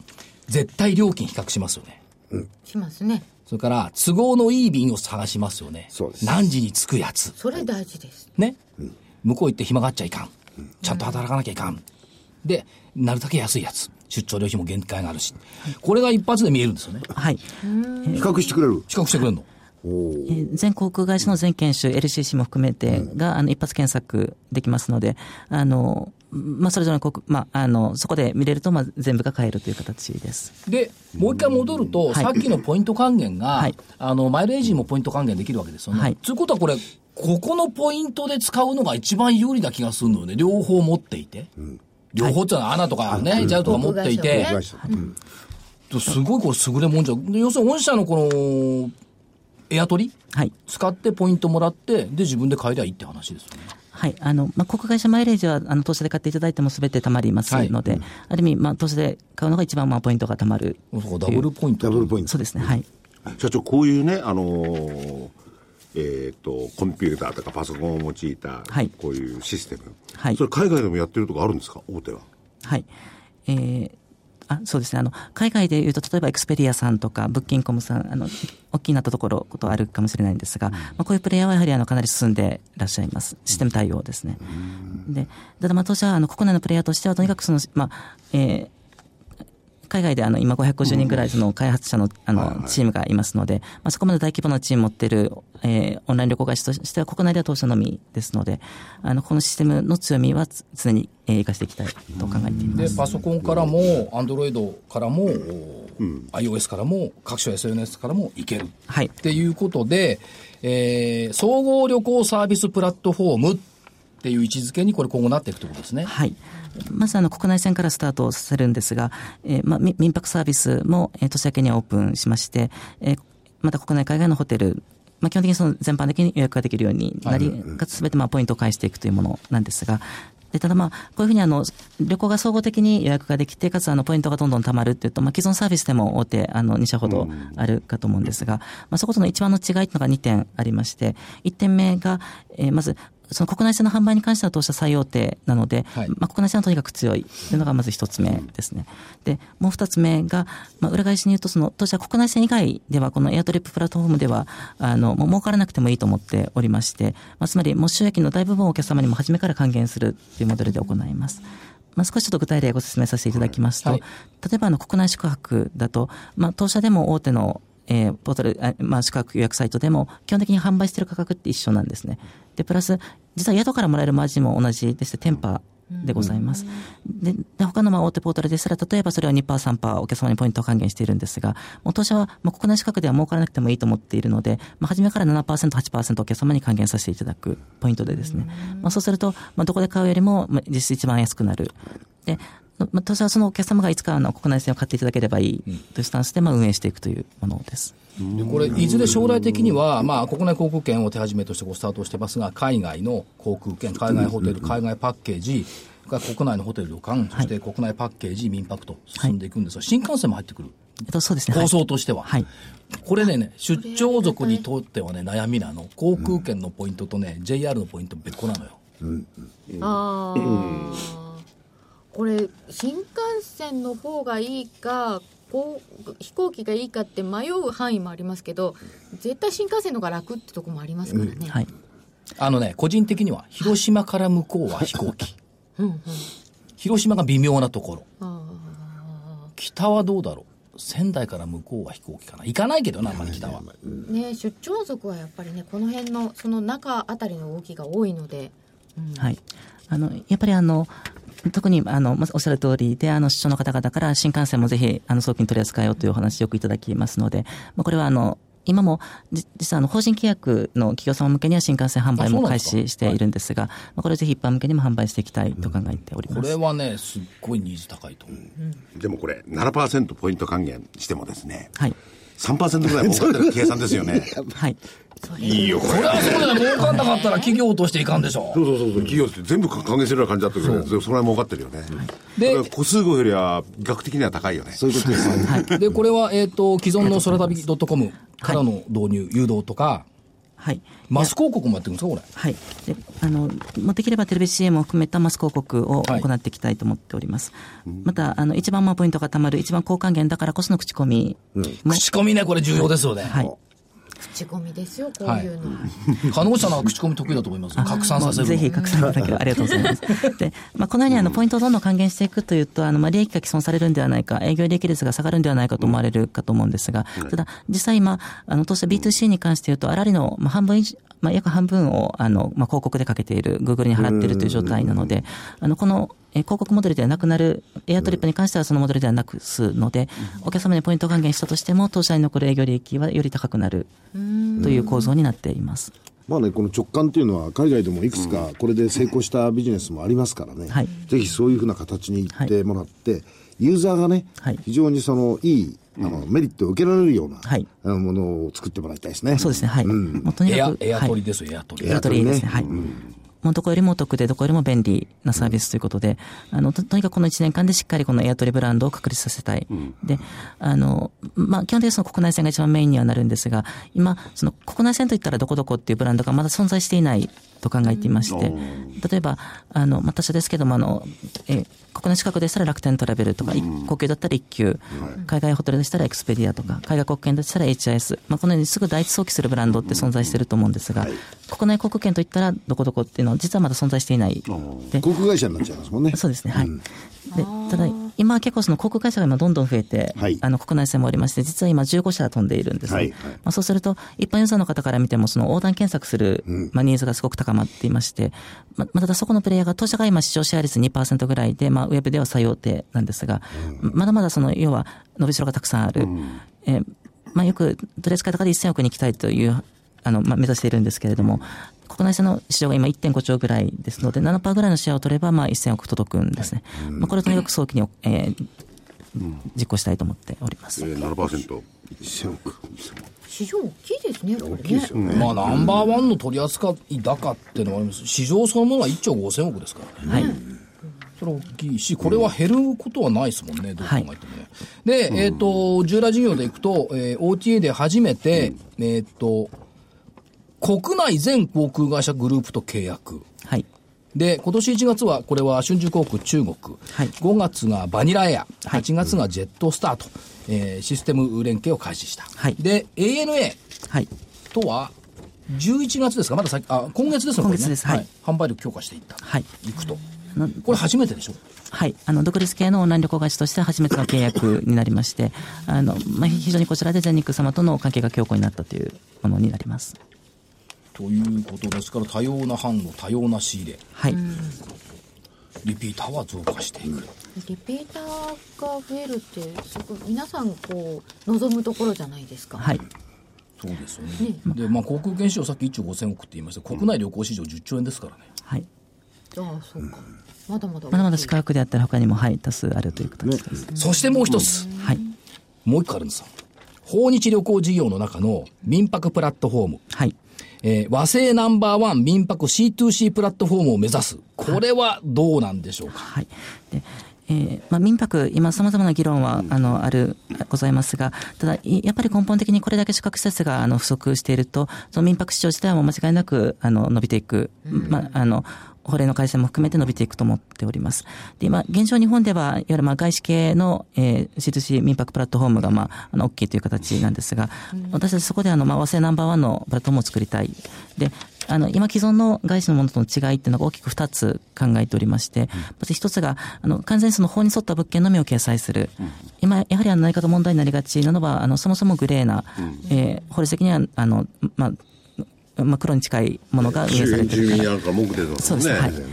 A: 絶対料金比較しますよね。
C: しますね。
A: それから、都合のいい便を探しますよね。
D: そうです
A: 何時に着くやつ。
C: それ大事です。
A: ね。向こう行って暇があっちゃいかん。ちゃんと働かなきゃいかん。で、なるだけ安いやつ。出張料費も限界があるし。これが一発で見えるんですよね。
F: はい。
D: 比較してくれる。
A: 比較してくれるの。
F: えー全航空会社の全研修、LCC も含めてが、あの一発検索できますので、あのまあ、それぞれの国、まあ、あの、そこで見れると、まあ、全部が買えるという形です。
A: で、もう一回戻ると、
F: い
A: さっきのポイント還元が、
F: はい
A: あの、マイレージもポイント還元できるわけですよね。
F: はい
A: ということはこれ、ここのポイントで使うのが一番有利な気がするのよね。両方持っていて。両方ってのは穴とかね、ジャルとか持っていて。
D: 会社
A: すごいこれ優れもんじゃん。で要するに御社のこの、エア取り
F: はい。
A: 使ってポイントもらって、で、自分で買えりゃいいって話ですよね。
F: はい。あの、まあ、国会社マイレージは、あの、投資で買っていただいても全て貯まりますので、ある意味、まあ、投資で買うのが一番、まあ、ポイントが貯まる。
A: そうかダブルポイント。
D: ダブルポイント
F: そうですね。はい。
G: 社長、こういうね、あのーえー、とコンピューターとかパソコンを用いた、
F: はい
G: こういうシステム、
F: はい
G: それ海外でもやってるとかあるんですか大手は
F: はい。えーあそうですねあの海外でいうと、例えばエクスペリアさんとか、ブッキンコムさん、あの大きなったところ、ことあるかもしれないんですが、まあ、こういうプレイヤーはやはりあのかなり進んでいらっしゃいます、システム対応ですね。でただ、まあ、当社はあの国内のプレイヤーとしては、とにかくその、まあえー海外であの今550人ぐらいその開発者のあのチームがいますので、まあ、そこまで大規模なチームを持っている、えーオンライン旅行会社としては国内では当社のみですので、あのこのシステムの強みはつ常にえー生かしていきたいと考えていま。
A: ですパソコンからも、アンドロイドからも、iOS からも、各種 SNS からもいける。
F: はい
A: っ。ていうことで、えー総合旅行サービスプラットフォームっていう位置づけにこれ今後なっていくってことですね。
F: はい。まずあの国内線からスタートさせるんですが、えーまあ、み民泊サービスも、えー年明けにはオープンしまして、えーまた国内海外のホテル、まあ、基本的にその全般的に予約ができるようになり、かつ全てまあポイントを返していくというものなんですが、でただまあ、こういうふうにあの、旅行が総合的に予約ができて、かつあの、ポイントがどんどん貯まるっていうと、まあ、既存サービスでも大手、あの、2社ほどあるかと思うんですが、まあ、そことの一番の違いっていうのが2点ありまして、1点目が、えーまず、その国内線の販売に関しては当社最大手なので、
A: はい
F: まあ、国内線はとにかく強いというのがまず一つ目ですね。で、もう二つ目が、まあ、裏返しに言うと、その、当社は国内線以外では、このエアトリッププラットフォームでは、あの、もう儲からなくてもいいと思っておりまして、まあ、つまり、もう収益の大部分をお客様にも初めから還元するというモデルで行います。まあ、少しちょっと具体例ご説明させていただきますと、
A: はい
F: 例えばあの国内宿泊だと、まあ、当社でも大手の、えーポータル、あまあ、宿泊予約サイトでも、基本的に販売している価格って一緒なんですね。で、プラス、実は宿からもらえるマージンも同じでして、テンパでございます。で、で他のまあ大手ポータルでしたら、例えばそれは2%、3%お客様にポイントを還元しているんですが、もう当社はまあ国内資格では儲からなくてもいいと思っているので、まあ、初めから7%、8%お客様に還元させていただくポイントでですね。まあ、そうすると、まあ、どこで買うよりも、まあ、実質一番安くなる。で、まあ、当社はそのお客様がいつかあの国内線を買っていただければいいというスタンスでまあ運営していくというものです。
A: でこれ、いずれ将来的には、まあ、国内航空券を手始めとしてごスタートしてますが、海外の航空券、海外ホテル、海外パッケージ、それから国内のホテル、旅館、そして国内パッケージ、民泊と進んでいくんですが、新幹線も入ってくる、
F: えっと、そうですね。
A: 構想としては。
F: はい。
A: これねね、出張族にとってはね、悩みなの、航空券のポイントとね、JR のポイント、別個なのよ。
C: ああこれ新幹線の方がいいかこう飛行機がいいかって迷う範囲もありますけど絶対新幹線の方が楽ってとこもありますからね、
F: はい。はい。
A: あのね、個人的には、広島から向こうは飛行機。広島が微妙なところ。北はどうだろう仙台から向こうは飛行機かな。行かないけどな、あんまり北は。
C: ね出張族はやっぱりねこの辺のその中あたりの動きが多いので
F: あの、やっぱりあの、特に、あの、まずおっしゃる通りで、あの、市長の方々から新幹線もぜひ、あの、早期に取り扱いようというお話よくいただきますので、まあ、これはあの、今も、じ実はあの、法人契約の企業様向けには新幹線販売も開始しているんですが、まあ、これをぜひ一般向けにも販売していきたいと考えております。
A: これはね、すっごいニーズ高いと思う。
G: でもこれ7%ポイント還元してもですね
F: はい。
G: 3%ぐらい儲かってる計算ですよ ね
F: はい。
G: いいよこ
A: こ
G: れ
A: れはそうだよ。儲かんなかったら企業としていかんでしょ
G: そ。うそうそうそう企業って全部還元するような感じだったけどそそれは儲かってるよね、
A: で
G: で個数号よりは額的には高いよね
D: そういうことですね。
A: で、これは、えっ、と、既存の空旅 .com からの導入、誘導とか、
F: はい。
A: マス広告もやってるんですか、これ。
F: はい、であのもうできればテレビ CM を含めたマス広告を
A: はい
F: 行っていきたいと思っております、またあの一番まあポイントがたまる一番好還元だからこその口コミも、
A: 口コミね、これ重要ですよね。
F: はい、
C: 口コミですよこういうの、
A: 金持ちさんのは口コミ得意だと思いますよ。拡散させるの。
F: もうぜひ拡散いただければありがとうございます。 で、まあ、このようにあのポイントをどんどん還元していくというと、あの、まあ、利益が毀損されるんではないか、営業利益率が下がるんではないかと思われるかと思うんですが、ただ、実際今、あの、当社 B2C に関して言うと、あらりの、まあ、半分以上、まあ、約半分を、あの、まあ、広告でかけている、Google に払っているという状態なので、あの、この、えー広告モデルではなくなる、エアトリップに関してはそのモデルではなくすので、お客様にポイント還元したとしても、当社に残る営業利益はより高くなるという構造になっています。
D: まあね、この直感っていうのは海外でもいくつかこれで成功したビジネスもありますからね、
F: はい
D: ぜひそういうふうな形にいってもらって、ユーザーがね、
F: はい
D: 非常にそのいいあのメリットを受けられるような、
F: はい
D: あのものを作ってもらいたいですね。
F: そうですね、はい。もうとに
A: エ
F: か
A: ア
F: く、、
A: エア
F: はい
A: 取りですよ、エア取り。
F: エアトリーですね。はい。もうどこよりもお得で、どこよりも便利なサービスということで、あの、ととにかくこの1年間でしっかりこのエアトリブランドを確立させたい。で、あの、まあ、基本的にその国内線が一番メインにはなるんですが、今、その国内線といったらどこどこっていうブランドがまだ存在していないと考えていまして、例えば、あの、まあ、他社ですけども、あの、えー国内資格でしたら楽天トラベルとか、い高級だったら一級、海外ホテルでしたらエクスペディアとか、海外国券でしたら HIS、まあ、このようにすぐ第一早期するブランドって存在してると思うんですが、国内航空券といったらどこどこっていうのは実はまだ存在していない。で
D: 航空会社になっちゃいますもんね。
F: そうですね、はい。でただ、今は結構その航空会社が今どんどん増えて、
D: はい
F: あの国内線もおりまして、実は今15社飛んでいるんですね。
D: はいはい
F: まあ、そうすると、一般ユーザーの方から見ても、その横断検索する、まあ、ニーズがすごく高まっていまして、ままあただそこのプレイヤーが、当社が今市場シェア率2%ぐらいで、まあ、ウェブでは採用手なんですが、まだまだその、要は、伸びしろがたくさんある。えーまあ、よく、取り扱い高で1000億に行きたいという、あの、まあ、目指しているんですけれども、国内線の市場が今1.5兆ぐらいですので、7%ぐらいのシェアを取れば、まあ、1000億届くんですね。まあ、これをとにかく早期に、えー実行したいと思っております。
G: えー、7%。
D: 1000億
C: 市場大きいですねこれね
A: まあ、ナンバーワンの取り扱い高っていうのもあります。市場そのものは1兆5000億ですからね。
F: はい。
A: それは大きいし、これは減ることはないですもんね、どう考えてもね。で、えっ、と、従来事業でいくと、えー OTA で初めて、えっ、と、国内全航空会社グループと契約。
F: はい。
A: で、今年1月は、これは春秋航空中国、
F: はい
A: 5月がバニラエア、8月がジェットスターと、えーシステム連携を開始した。
F: はい
A: で、ANA
F: はい。
A: とは、11月ですかまだ先、あ、今月ですね、これね
F: 今月ですはい
A: 販売力強化していった。
F: はい。
A: いくと。
F: な
A: これ初めてでしょ
F: はい。あの、独立系のオンライン旅行会社として初めての契約になりまして、あの、まあ、非常にこちらで全日空様との関係が強固になったというものになります。
A: ということですから、多様な販路、多様な仕入れ、
F: はい。
A: リピーターは増加していく。
C: リピーターが増えるってすごい皆さんこう望むところじゃないですか、
F: はい。
A: そうですよね。で、まあ、航空券市場さっき1兆5000億って言いました国内旅行市場10兆円ですからね。
F: はい。
C: ああそうか、まだまだ
F: まだまだ資格であったり他にも、はい、多数あるという形です。
A: そしてもう一つ。
F: はい。
A: もう一個あるんですよ。訪日旅行事業の中の民泊プラットフォーム。
F: はい。
A: えー和製ナンバーワン民泊 C2C プラットフォームを目指す。これはどうなんでしょうか
F: はい。でえーまあ、民泊、今、さまざまな議論は、あの、ある、ございますが、ただ、いやっぱり根本的にこれだけ宿泊施設が、あの、不足していると、その民泊市場自体はもう間違いなく、あの、伸びていく、まあ、あの、法令の改正も含めて伸びていくと思っております。で、今、現状日本では、いわゆる、まあ、外資系の、えー、C2C 民泊プラットフォームが、まあ、あの、大きいという形なんですが、私たちそこで、あの、まあ、和製ナンバーワンのプラットフォームを作りたい。で、あの、今既存の外資のものとの違いっていうのが大きく2つ考えておりまして、まず1つが、あの、完全にその法に沿った物件のみを掲載する。今、やはりあの、何かと問題になりがちなのは、あの、そもそもグレーな、えー法律的には、あの、まあ、まあ、黒に近いものが運営されて
G: 住
F: るか
G: 民
F: ら。
G: なんか文句出てます
F: そう
G: もん
F: で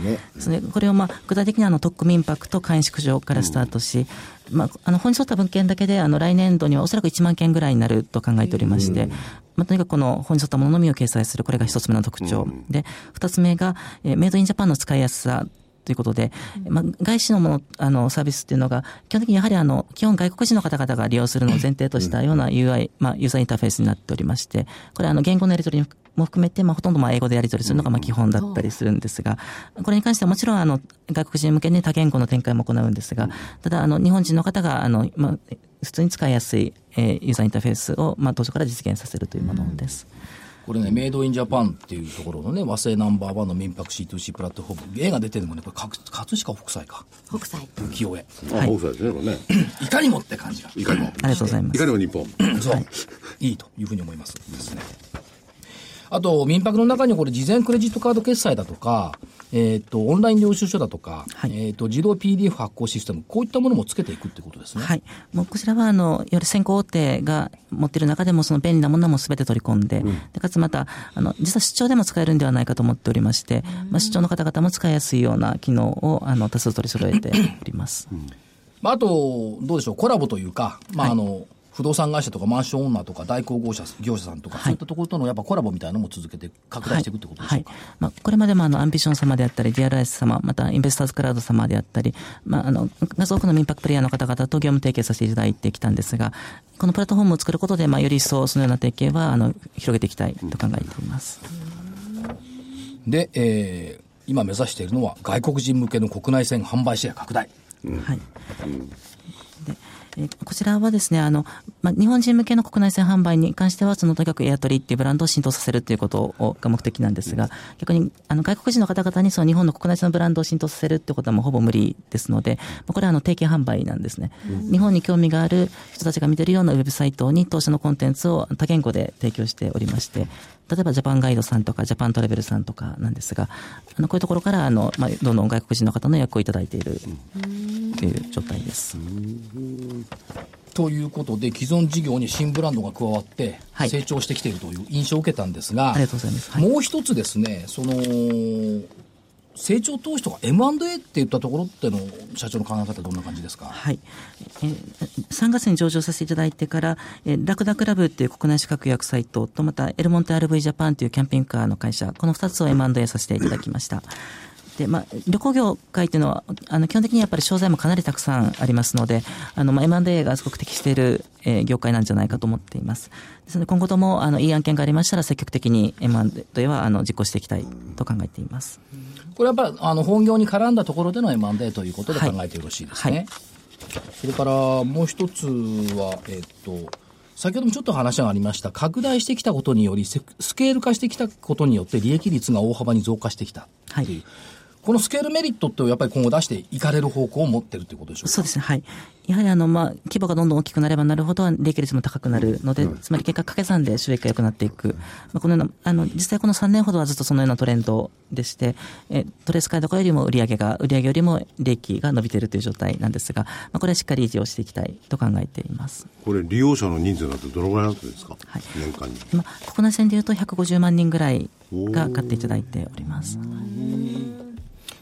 G: ね。
F: すね。はい。それこれを、まあ、具体的にあの特区民泊と簡易宿場からスタートし、まあ、あの本に沿った文献だけであの来年度にはおそらく1万件ぐらいになると考えておりまして、まあ、とにかくこの本に沿ったもののみを掲載する、これが一つ目の特徴。で、二つ目が、えーメイドインジャパンの使いやすさ。ということで、まあ、外資のもの、あの、サービスっていうのが、基本的にやはりあの、基本外国人の方々が利用するのを前提としたような UI、まあ、ユーザーインターフェースになっておりまして、これあの、言語のやり取りにも含めて、まあ、ほとんどまあ英語でやり取りするのがまあ基本だったりするんですが、これに関してはもちろんあの外国人向けに多言語の展開も行うんですが、ただあの日本人の方があの、まあ、普通に使いやすい、えーユーザーインターフェースを、まあ、当初から実現させるというものです。
A: これね、メイドインジャパンっていうところのね、和製ナンバーワンの民泊 C2C プラットフォーム。絵が出てるのもね、これ、かく葛飾北斎か。
C: 北斎
A: 浮世絵。
G: あ、
F: はい
G: オフサイドですね、これね。
A: いかにもって感じが。
G: いかにも。
F: ありがとうございま
G: い
F: す
G: か。にも日本。
A: そう。いいというふうに思います。ですね。あと、民泊の中にこれ、事前クレジットカード決済だとか、えっ、と、オンライン領収書だとか、えっ、と、自動 PDF 発行システム、こういったものもつけていくってことですね。
F: はい。もうこちらは、あの、いわゆる先行大手が持っている中でも、その便利なものも全て取り込んで、でかつまた、あの、実は出張でも使えるんではないかと思っておりまして、まあ、出張の方々も使いやすいような機能を、あの、多数取り揃えております。
A: まあ、あと、どうでしょう、コラボというか、まあ、あの、不動産会社とかマンションオーナーとか大工業者業者さんとか、そういったところとのやっぱコラボみたいなのも続けて拡大していくってことでしょうか、
F: はいまあ、これまでもあのアンビション様であったり、DRS 様、またインベスターズクラウド様であったり、まあ、あの数多くの民泊プレイヤーの方々と業務提携させていただいてきたんですが、このプラットフォームを作ることで、まあ、より一層そのような提携はあの広げていきたいと考えています。
A: で、えー今目指しているのは外国人向けの国内線販売シェア拡大。
F: はいでえーこちらはですね、あの、まあ、日本人向けの国内線販売に関しては、そのとにかくエアトリっていうブランドを浸透させるということをが目的なんですが、逆に、あの、外国人の方々にその日本の国内線のブランドを浸透させるってことはもうほぼ無理ですので、まあこれはあの、定期販売なんですね。日本に興味がある人たちが見てるようなウェブサイトに当社のコンテンツを多言語で提供しておりまして、例えばジャパンガイドさんとかジャパントラベルさんとかなんですが、あの、こういうところから、あの、まあ、どんどん外国人の方の役をいただいているという状態です。
A: ということで、既存事業に新ブランドが加わって、
F: はい
A: 成長してきているという印象を受けたんですが、
F: ありがとうございますはい
A: もう一つですね、その、成長投資とか M&A って言ったところっての、社長の考え方どんな感じですか、
F: はい、えー3月に上場させていただいてから、えーラクダクラブっていう国内資格予約サイトと、またエルモンテ RV ジャパンというキャンピングカーの会社、この2つを M&A させていただきました。でまあ、旅行業界というのは、あの基本的にやっぱり商材もかなりたくさんありますので、あのまあ M&A がすごく適している、えー業界なんじゃないかと思っています。ですので、今後ともあのいい案件がありましたら、積極的に M&A はあの実行していきたいと考えています。
A: これやっぱり、あの、本業に絡んだところでの M&A ということで考
F: はい
A: えてよろしいですね。
F: はい
A: それから、もう一つは、えっと、先ほどもちょっと話がありました。拡大してきたことにより、セスケール化してきたことによって利益率が大幅に増加してきた。
F: はい
A: このスケールメリットっていうのをやっぱり今後出していかれる方向を持ってるってことでしょうか
F: そうですね、はい。やはりあの、まあ、規模がどんどん大きくなればなるほど、利益率も高くなるので、つまり結果、掛け算で収益が良くなっていく。まあ、このような、あの、実際この3年ほどはずっとそのようなトレンドでして、えトレース買いとかよりも売上が、売上よりも利益が伸びているという状態なんですが、まあ、これはしっかり維持をしていきたいと考えています。
G: これ利用者の人数なんてどのぐらいなんですか、
F: はい
G: 年間に
F: 今、国内線でいうと150万人ぐらいが買っていただいております。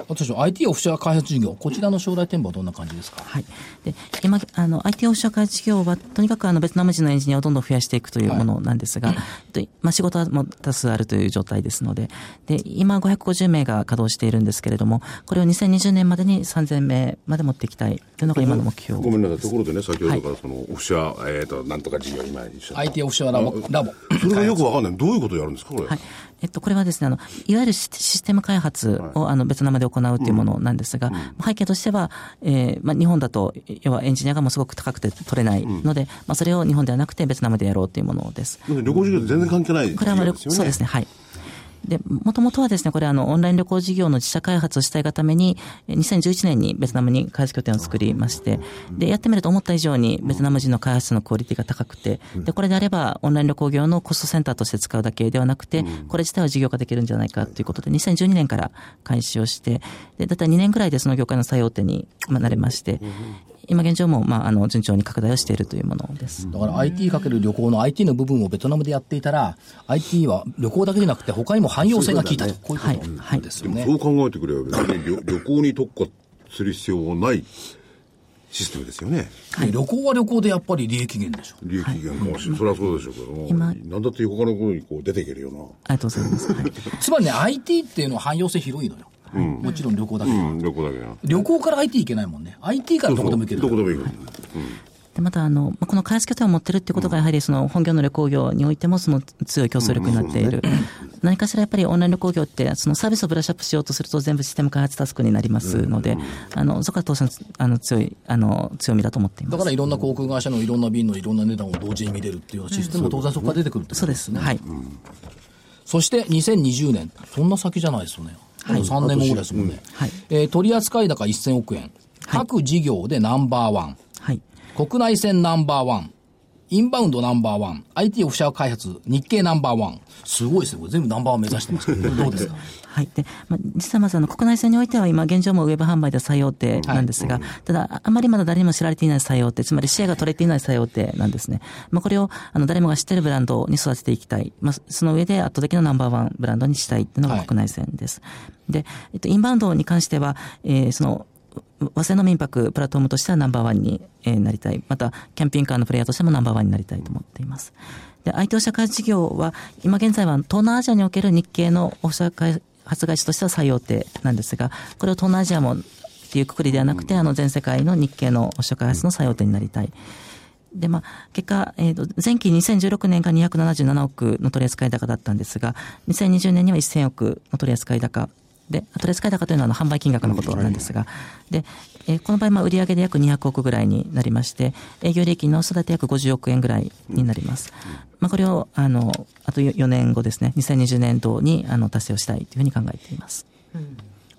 A: あと、IT オフショア開発事業、こちらの将来展望はどんな感じですか
F: はい、で今あの IT オフィシャル開発事業はとにかくあのベトナム人のエンジニアをどんどん増やしていくというものなんですが、とまあ、仕事はもう多数あるという状態ですのでで今550名が稼働しているんですけれどもこれを2020年までに3000名まで持っていきたいというのが今の目標
G: ごめんなさいところでね先ほどからその、オフィシャえー、となんとか事業今一緒
A: ?IT オフショアラボ。ラボ
G: それがよくわかんないどういうことやるんですかこれ、
F: はいえっと、これはですねあの、いわゆるシシステム開発をあのベトナムで行うというものなんですが、背景としては、えーまあ、日本だと、要はエンジニアがもうすごく高くて取れないので、まあ、それを日本ではなくてベトナムでやろうというものです。
G: だって旅行事業と全然関係ない事
F: これはま
G: 業
F: あ、
G: ですよね
F: そうですね、はい。で、もともとはですね、これあの、オンライン旅行事業の自社開発をしたいがために、え2011年にベトナムに開発拠点を作りまして、で、やってみると思った以上にベトナム人の開発者のクオリティが高くて、で、これであれば、オンライン旅行業のコストセンターとして使うだけではなくて、これ自体は事業化できるんじゃないかということで、2012年から開始をして、で、だいたい2年くらいでその業界の最大手にまあなれまして、今現状も、まあ、あの、順調に拡大をしているというものです。
A: だから IT かける旅行の IT の部分をベトナムでやっていたら、IT は旅行だけじゃなくて他にも汎用性が効いたと。こういうこと
F: はい
A: です
G: で
A: よ
G: も
A: ね
G: そ。う考えてくれば別に旅旅行に特化する必要はないシステムですよね
A: で旅行は旅行でやっぱり利益源でしょ。
G: 利益源かもしれない、それはそうでしょうけども
F: 今
G: なんだって他のことにこう出ていけるよう
F: ありがとうございます。はい
A: つまりね、IT っていうのは汎用性広いのよ。もちろん旅行だけ。
G: な、うん、旅行だけじゃな
A: 旅行から IT いけないもんね。IT からどこでも行ける。
G: どこでも行ける、
F: でまたあの、まあこの開発拠点を持ってるってことが、やはりその本業の旅行業においても、その強い競争力になっている、何かしらやっぱりオンライン旅行業って、そのサービスをブラッシュアップしようとすると、全部システム開発タスクになりますので、あのそこは当社のあの強いあの強みだと思っていま
A: だ
F: す。
A: からいろんな航空会社のいろんな便のいろんな値段を同時に見れるっていうようなシステムが当然そこから出てくるってこと
F: そうですね。はい。
A: そして2020年、そんな先じゃないですよね。は3年後ぐらいですもんね。
F: はい
A: えー取扱高1000億円。各事業でナンバーワン。
F: はい。
A: 国内線ナンバーワン。インバウンドナンバーワン、IT オフィシャル開発、日経ナンバーワン。すごいですね。これ全部ナンバーワン目指してますけど、 どうですか
F: はい。で、まあ、実はまずあの国内線においては今現状もウェブ販売では最大手なんですが、ただああまりまだ誰にも知られていない最大手、つまりシェアが取れていない最大手なんですね。まあ、これをあの誰もが知っているブランドに育てていきたい。まあ、その上で圧倒的なナンバーワンブランドにしたいっていうの
A: は
F: が
A: い
F: 国内線です。で、えっと、インバウンドに関しては、えーその、和製の民泊プラットフォームとしてはナンバーワンにえーなりたい。また、キャンピングカーのプレイヤーとしてもナンバーワンになりたいと思っています。で、IT 社会事業は、今現在は東南アジアにおける日系のオフィシャル開発会社としては最大手なんですが、これを東南アジアもっていうくくりではなくて、あの全世界の日系のオフィシャル開発の最大手になりたい。で、まあ、結果、えーと、前期2016年が277億の取扱高だったんですが、2020年には1000億の取扱高。で、取扱高というのはあの販売金額のことなんですが、で、えーこの場合、まあ、売上で約200億ぐらいになりまして、営業利益の育て約50億円ぐらいになります。まあ、これを、あの、あと4年後ですね、2020年度に、あの、達成をしたいというふうに考えています。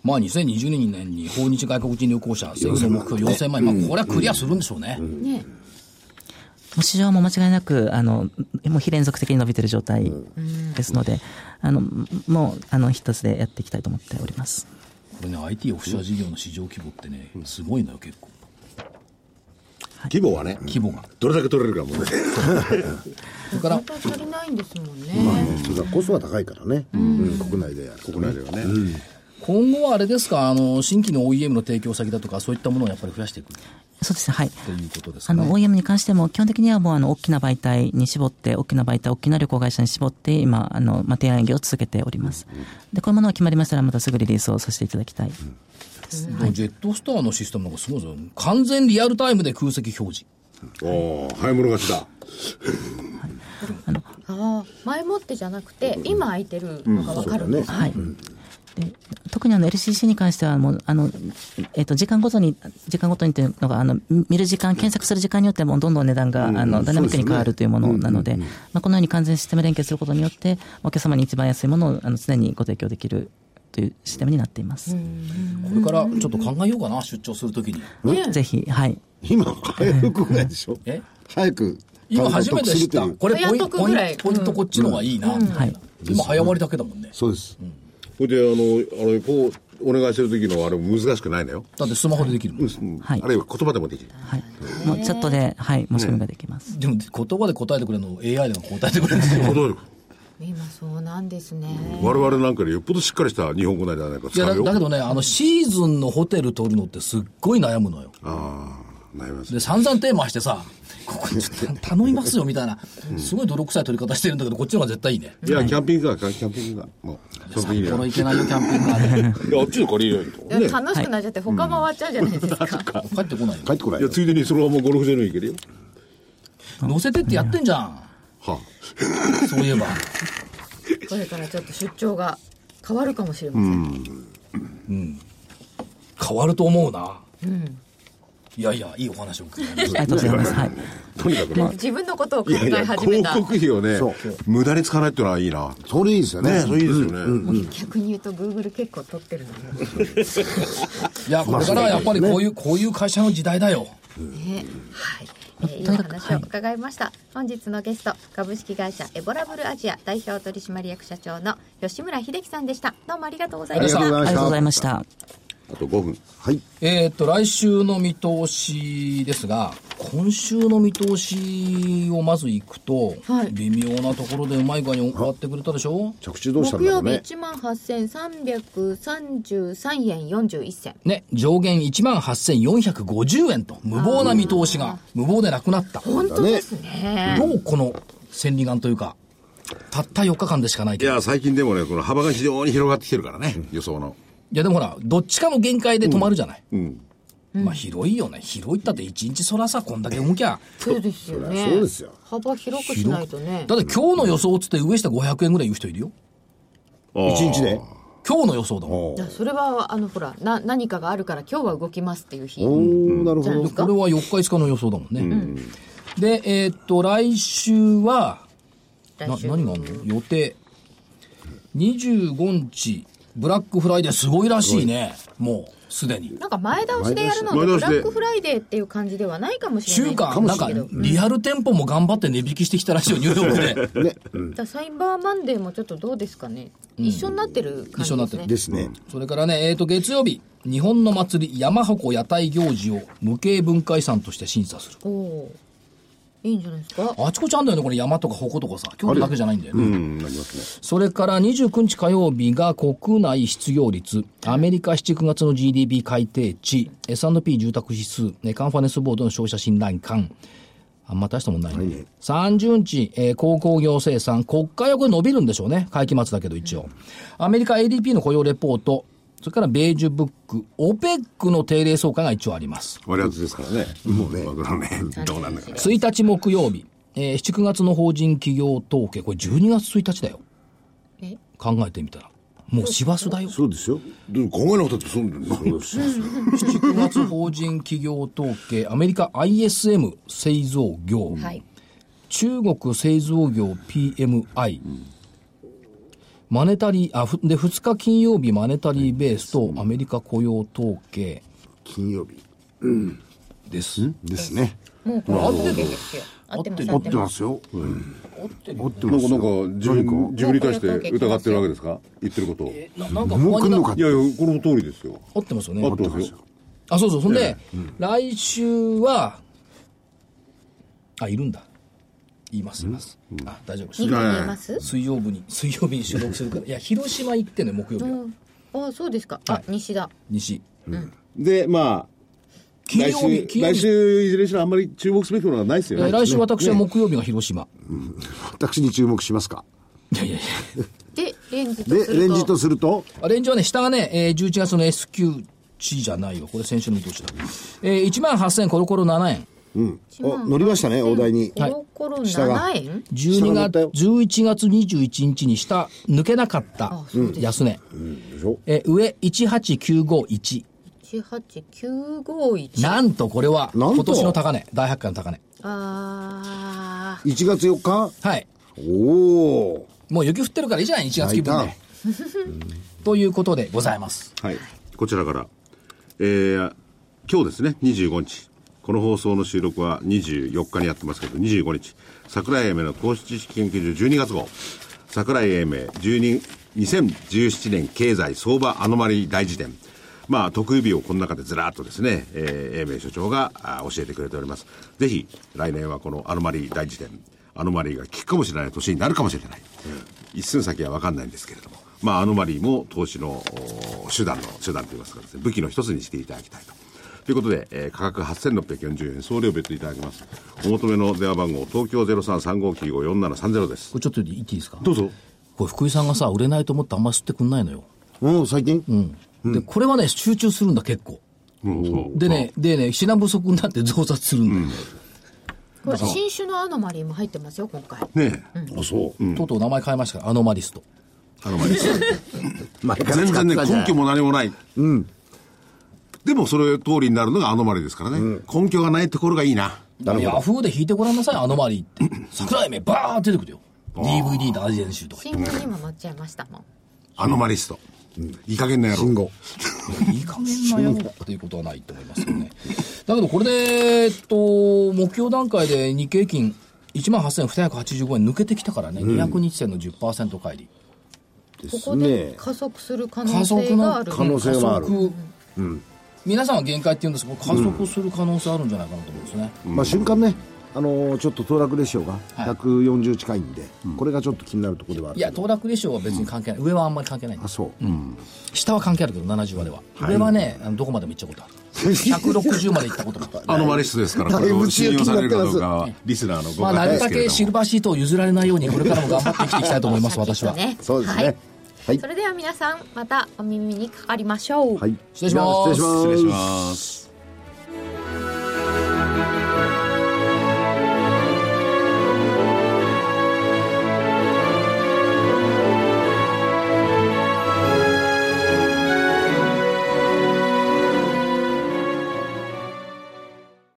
A: まあ2020年に訪日外国人旅行者、政府の目標4000万人。まあこれはクリアするんでしょうね。
C: ね
F: もう市場も間違いなく、あの、もう非連続的に伸びてる状態ですので、あの、もう、あの、一つでやっていきたいと思っております。
A: これね、IT オフィシャル事業の市場規模ってね、すごいのよ、結構。
G: 規模はね、
A: 規模が。
G: どれだけ取れるかもね。
A: それから
C: 絶、対足りないんですもんね、
D: そうだコストは高いからね、うん国内でやる国内ではね、うん
A: 今後はあれですか、あの、新規の OEM の提供先だとか、そういったものをやっぱり増やしていく
F: そうですね、はい。
A: ということですか
F: あ
A: ね
F: の、。OEM に関しても、基本的にはもう、あの、大きな媒体に絞って、大きな媒体、大きな旅行会社に絞って、今、あの、まあ、提案営業を続けております。で、こういうものが決まりましたら、またすぐリリースをさせていただきたい。
A: でもジェットスターのシステムなんかすごいですよ。完全リアルタイムで空席表示。
G: おお、早い者勝ちだ。
C: ああ前もってじゃなくて今空いてるのが分かるんです、
F: はい。で特にあの LCC に関してはもうあの、えっと時間ごとに、時間ごとにというのが、あの見る時間、検索する時間によっても、どんどん値段が、あのダイナミックに変わるというものなので、まあ、このように完全システム連携することによって、お客様に一番安いものをあの常にご提供できるというシステムになっています。
A: これからちょっと考えようかな、出張するときに。
F: ぜひ、はい、
D: 今早くないでしょ
A: え
D: 早く
A: 今初めて知った。
D: 単独するという
A: これポイ
C: 早
A: ント、
C: 得
A: ポイ
C: ぐら
A: ン
C: い
A: トポイントこっちの方がいいな、みたいな。今早割りだけだもんね。
D: そうです、
G: ほいで、あの、あれ、こう、お願いする時の、あれ、難しくないのよ。
A: だってスマホでできるもん。
F: はい
G: あるいは言葉でもできる。
F: はい、もうチャットで、はい、申し込みができます。
A: でも言葉で答えてくれるのを AI でも答えてくれるん ですよ。
G: 言葉でも
C: 今そうなんですね、
G: 我々なんかよりよっぽどしっかりした日本語なんじゃないか
A: い
G: 使
A: やだ
G: うよ。
A: だけどね、あの、シーズンのホテル取るのってすっごい悩むのよ。
G: ああ、なります
A: で、。散々テーマしてさ、ここちょっと頼みますよみたいな、すごい泥臭い取り方してるんだけど、こっちの方が絶対いいね。
G: いや、キャンピングカー、キャンピングカー。もう、その時
A: 札
G: には
A: 幌行けないよ、キャンピングカーで。
G: いや、あっちの借りればいいと。ね。
C: 楽しくなっちゃって他回っちゃうじゃないですか、
A: 帰ってこないよ
D: 帰。ってこない
G: いや、ついでにそのままゴルフ場にも行けるよ。
A: 乗せてってやってんじゃん。
G: は
A: そういえば。
C: これからちょっと出張が変わるかもしれません、
A: 変わると思うな。いやいや、いいお話を伺いまし
F: ありがとうございます。はい、
G: あ。とにかくな。
C: 自分のことを考
G: いやい
C: え
G: や、
C: 始め
G: 広
C: た
G: 告費をね
D: そう、
G: 無駄に使わないっていうのはいいな。
D: それいいですよね
G: ねそれいいですよね。
C: 逆に言うとグーグル結構取ってるのね
A: た。いや、これからはやっぱりこういう、こういう会社の時代だよ。
C: ねはい、えー、いいお話を伺いました、本日のゲスト株式会社エボラブルアジア代表取締役社長の吉村秀樹さんでしたどうもありがとうございました
D: ありがとうございました
F: ありがとうございました。
G: あと5分。
D: はい
A: えーっと、来週の見通しですが、今週の見通しをまずいくと、
C: はい
A: 微妙なところでうまい具合に終わってくれたでしょ
D: 着地どうしたん
C: 木
D: だろう
C: 曜日
D: ね
C: 1万8333円41銭
A: ね、上限18,450円と、無謀な見通しが、無謀でなくなった。
C: 本当ですね
A: どうこの千里眼というか、たった4日間でしかない
G: い
A: けど。い
G: や、最近でもね、この幅が非常に広がってきてるからね、予想の。
A: や、でもほら、どっちかの限界で止まるじゃない。
G: うん。
A: まあ広いよね。広いったって一日そらさ、こんだけ動きゃ。
C: そうですよね
D: そうですよ
C: 幅広くしないとね
A: だって今日の予想っつって上下500円ぐらい言う人いるよ。
D: 一日で
A: 今日の予想だもん。
C: いやそれはあのほらな何かがあるから今日は動きますっていう日
D: おーなる
C: じ
D: ほ
C: ゃあ
D: ど
A: でこれは4日5日の予想だもんね。で、えーっと、来週は、な
C: 来週
A: 何があるの予定。25日、ブラックフライデーすごいらしいね。もう、すでに。
C: なんか前倒しでやるので
E: 前
C: ブ
E: 倒し
C: ラ
E: で
C: ックフライデーっていう感じではないかもしれな
A: 中
C: い
A: 華、なんか、リアル店舗も頑張って値引きしてきたらしいよ、ニューヨークで。
D: ね、
C: じゃあサイバーマンデーもちょっとどうですかね、一緒になってる感
A: 一緒
C: じ
A: にな
C: で
A: っ
C: す
A: て
C: ね
A: る
D: ですね。
A: それからね、えー、と、月曜日、日本の祭り、山鉾屋台行事を無形文化遺産として審査する。
C: おおーいいんじゃないですか
A: あちこちあんだよね、これ山とか鉾とかさ。京都だけじゃないんだよね。
E: うん、なりますね。
A: それから29日火曜日が国内失業率、アメリカ7、9月の GDP 改定値、S&P 住宅指数、ねカンファレンスボードの消費者信頼感。あんま大したもんないね。30日、えー、鉱工業生産、国家予伸びるんでしょうね。会期末だけど一応。アメリカ ADP の雇用レポート、それからベージュブック、OPEC の定例総会が一応あります。
E: 割り当てですからね。もうね。わ からんね。どうなんだかね。
A: 1日木曜日、えー、7、9月の法人企業統計、これ12月1日だよ。
C: え
A: 考えてみたら。もう師走だよ。
D: そうですよ。
E: でも考えなかったってそうなんだよ。
A: 9月法人企業統計、アメリカ ISM 製造業、
C: はい
A: 中国製造業 PMI、マネタリー、あ、ふで、2日金曜日マネタリーベースとアメリカ雇用統計
D: 金曜日
A: です。
D: ですね。
C: もうこれ合ってるですよ合ってます合っ
D: 合ってて
C: ま
D: ますすよ。合って
E: な
D: ま
E: んか、
D: す
E: な
D: よ。
E: んか、自分、自分に対して
C: なんか
E: 疑ってるわけですか言ってることを。い
A: ななんか
D: もう来んの
A: な
D: か
E: やいや、この通りですよ。
A: 合ってますよね
E: 合。ってますよ。
A: あ、そうそう。そんで、来週は、あ、いるんだ。言います、言います。あ、大丈夫です
C: 2。回言います
A: 水曜日に、水曜日に収録するから。いや、広島行ってね、木曜日は。
C: うんあそうですかあ西田
A: 西。
E: で、まあ、
A: 金
E: 来
A: 曜日、
E: 週、
A: 金曜
E: 来
A: 日
E: 週、いずれにしろあんまり注目すべきものはないです
A: え
E: よね。
A: ー来週私は
E: ね
A: 木曜日が広島。
D: 私に注目しますか。
A: いやいやいや。
C: でレンジと、
D: ですレ
C: る
D: ンジと
C: と
D: すると、
A: あレンジはね、下がね、えー11月の S q 値じゃないよ。これ先週の見通しだ。えー、1万8000コロコロ7円。
D: うん。あ、乗りましたね、大台に。
C: コロコロ
D: 下が
C: 7円
A: 12
D: 下がった
A: 月、
D: よ
A: 11月21日に下、抜けなかった。安値。
D: でしょ
A: えー上、18951。
C: 18951
A: なんとこれは、
D: なんと
A: 今年の高値。大発会の高値。
C: あ
D: ?1 月4日
A: はい。
D: おお。
A: もう雪降ってるからいいじゃない ?1 月気分で。 ということでございます。
E: はい。こちらから。えー、今日ですね、25日。この放送の収録は24日にやってますけど、25日。桜井英明の投資知識研究所12月号。桜井英明12 2017年経済相場アノマリー大辞典。まあ、特有日をこの中でずらっとですね、えー、英明所長があー教えてくれております。ぜひ、来年はこのアノマリー大辞典、アノマリーが効くかもしれない年になるかもしれない。一寸先は分かんないんですけれども、まあ、アノマリーも投資のお手段の、手段といいますかですね、武器の一つにしていただきたいと。ということで、えー価格8640円、送料別途いただきます。お求めの電話番号、東京0335954730です
A: こ。れちょっと言っていいですか
E: どうぞ。
A: これ福井さんがさ、売れないと思ってあんまり吸ってくんないのよ。
D: うん、最近
A: で、これはね、集中するんだ、結構。
E: うん、そう。
A: でね、でね、品不足になって増殺するんだよ。
C: ーこれ新種のアノマリーも入ってますよ今回
E: ねえ、
D: あ、そう。
A: とうとう名前変えましたから、アノマリスト。
E: アノマリー。
D: 前から使っ
E: 全
D: てた
E: 然
D: んじゃ
E: ね、
D: ない
E: 根拠も何もない。でも、それ通りになるのがアノマリーですからね。根拠がないところがいいな。
A: ヤフーで引いてごらんなさい、アノマリーって。桜井めバーって出てくるよ。DVD のアジアン集とか。
C: 新聞にも載っちゃいましたもん
E: アノマリスト。いい加減な野
D: 信
E: 郎。
D: 号。
A: いい加減なやろっていうことはないと思いますよね。だけどこれで、えっと、目標段階で日経金1万8285円抜けてきたからね、200日線の10%返り。
D: で
C: こ
D: す
C: こで
D: ね。
C: 加速する可能
A: 加
C: 性
A: 速
C: が
A: の
C: ある
D: 可能性はある
A: 加速皆さんは限界って言うんですけど、加速する可能性あるんじゃないかなと思うんですね。
D: まあ瞬間ね、あのーちょっと騰落レシオが140近いんで、これがちょっと気になるところではある
A: い
D: けど
A: や、騰落レシオは別に関係ない。上はあんまり関係ないんです
D: あ、そう。
A: 下は関係あるけど、70までは。上はね、あのどこまでも行ったことある。160まで行ったこともある。
E: アノマリストですから、こ
D: だい
E: れ
D: ぶ
E: を信用されるかどう
D: 強気に
E: かは、リスナーのご
A: まあ、
E: 判
A: なる
E: 断です
A: だ
E: けれ
A: け
E: ども。
A: シルバーシートを譲られないように、これからも頑張って生きていきたいと思います、私は。
C: ね
D: そうですね。
C: は
D: はいい。
C: それでは皆さんまたお耳にかかりましょう、
D: はい。
A: 失礼します
D: じゃあ失礼します。
E: 失礼します。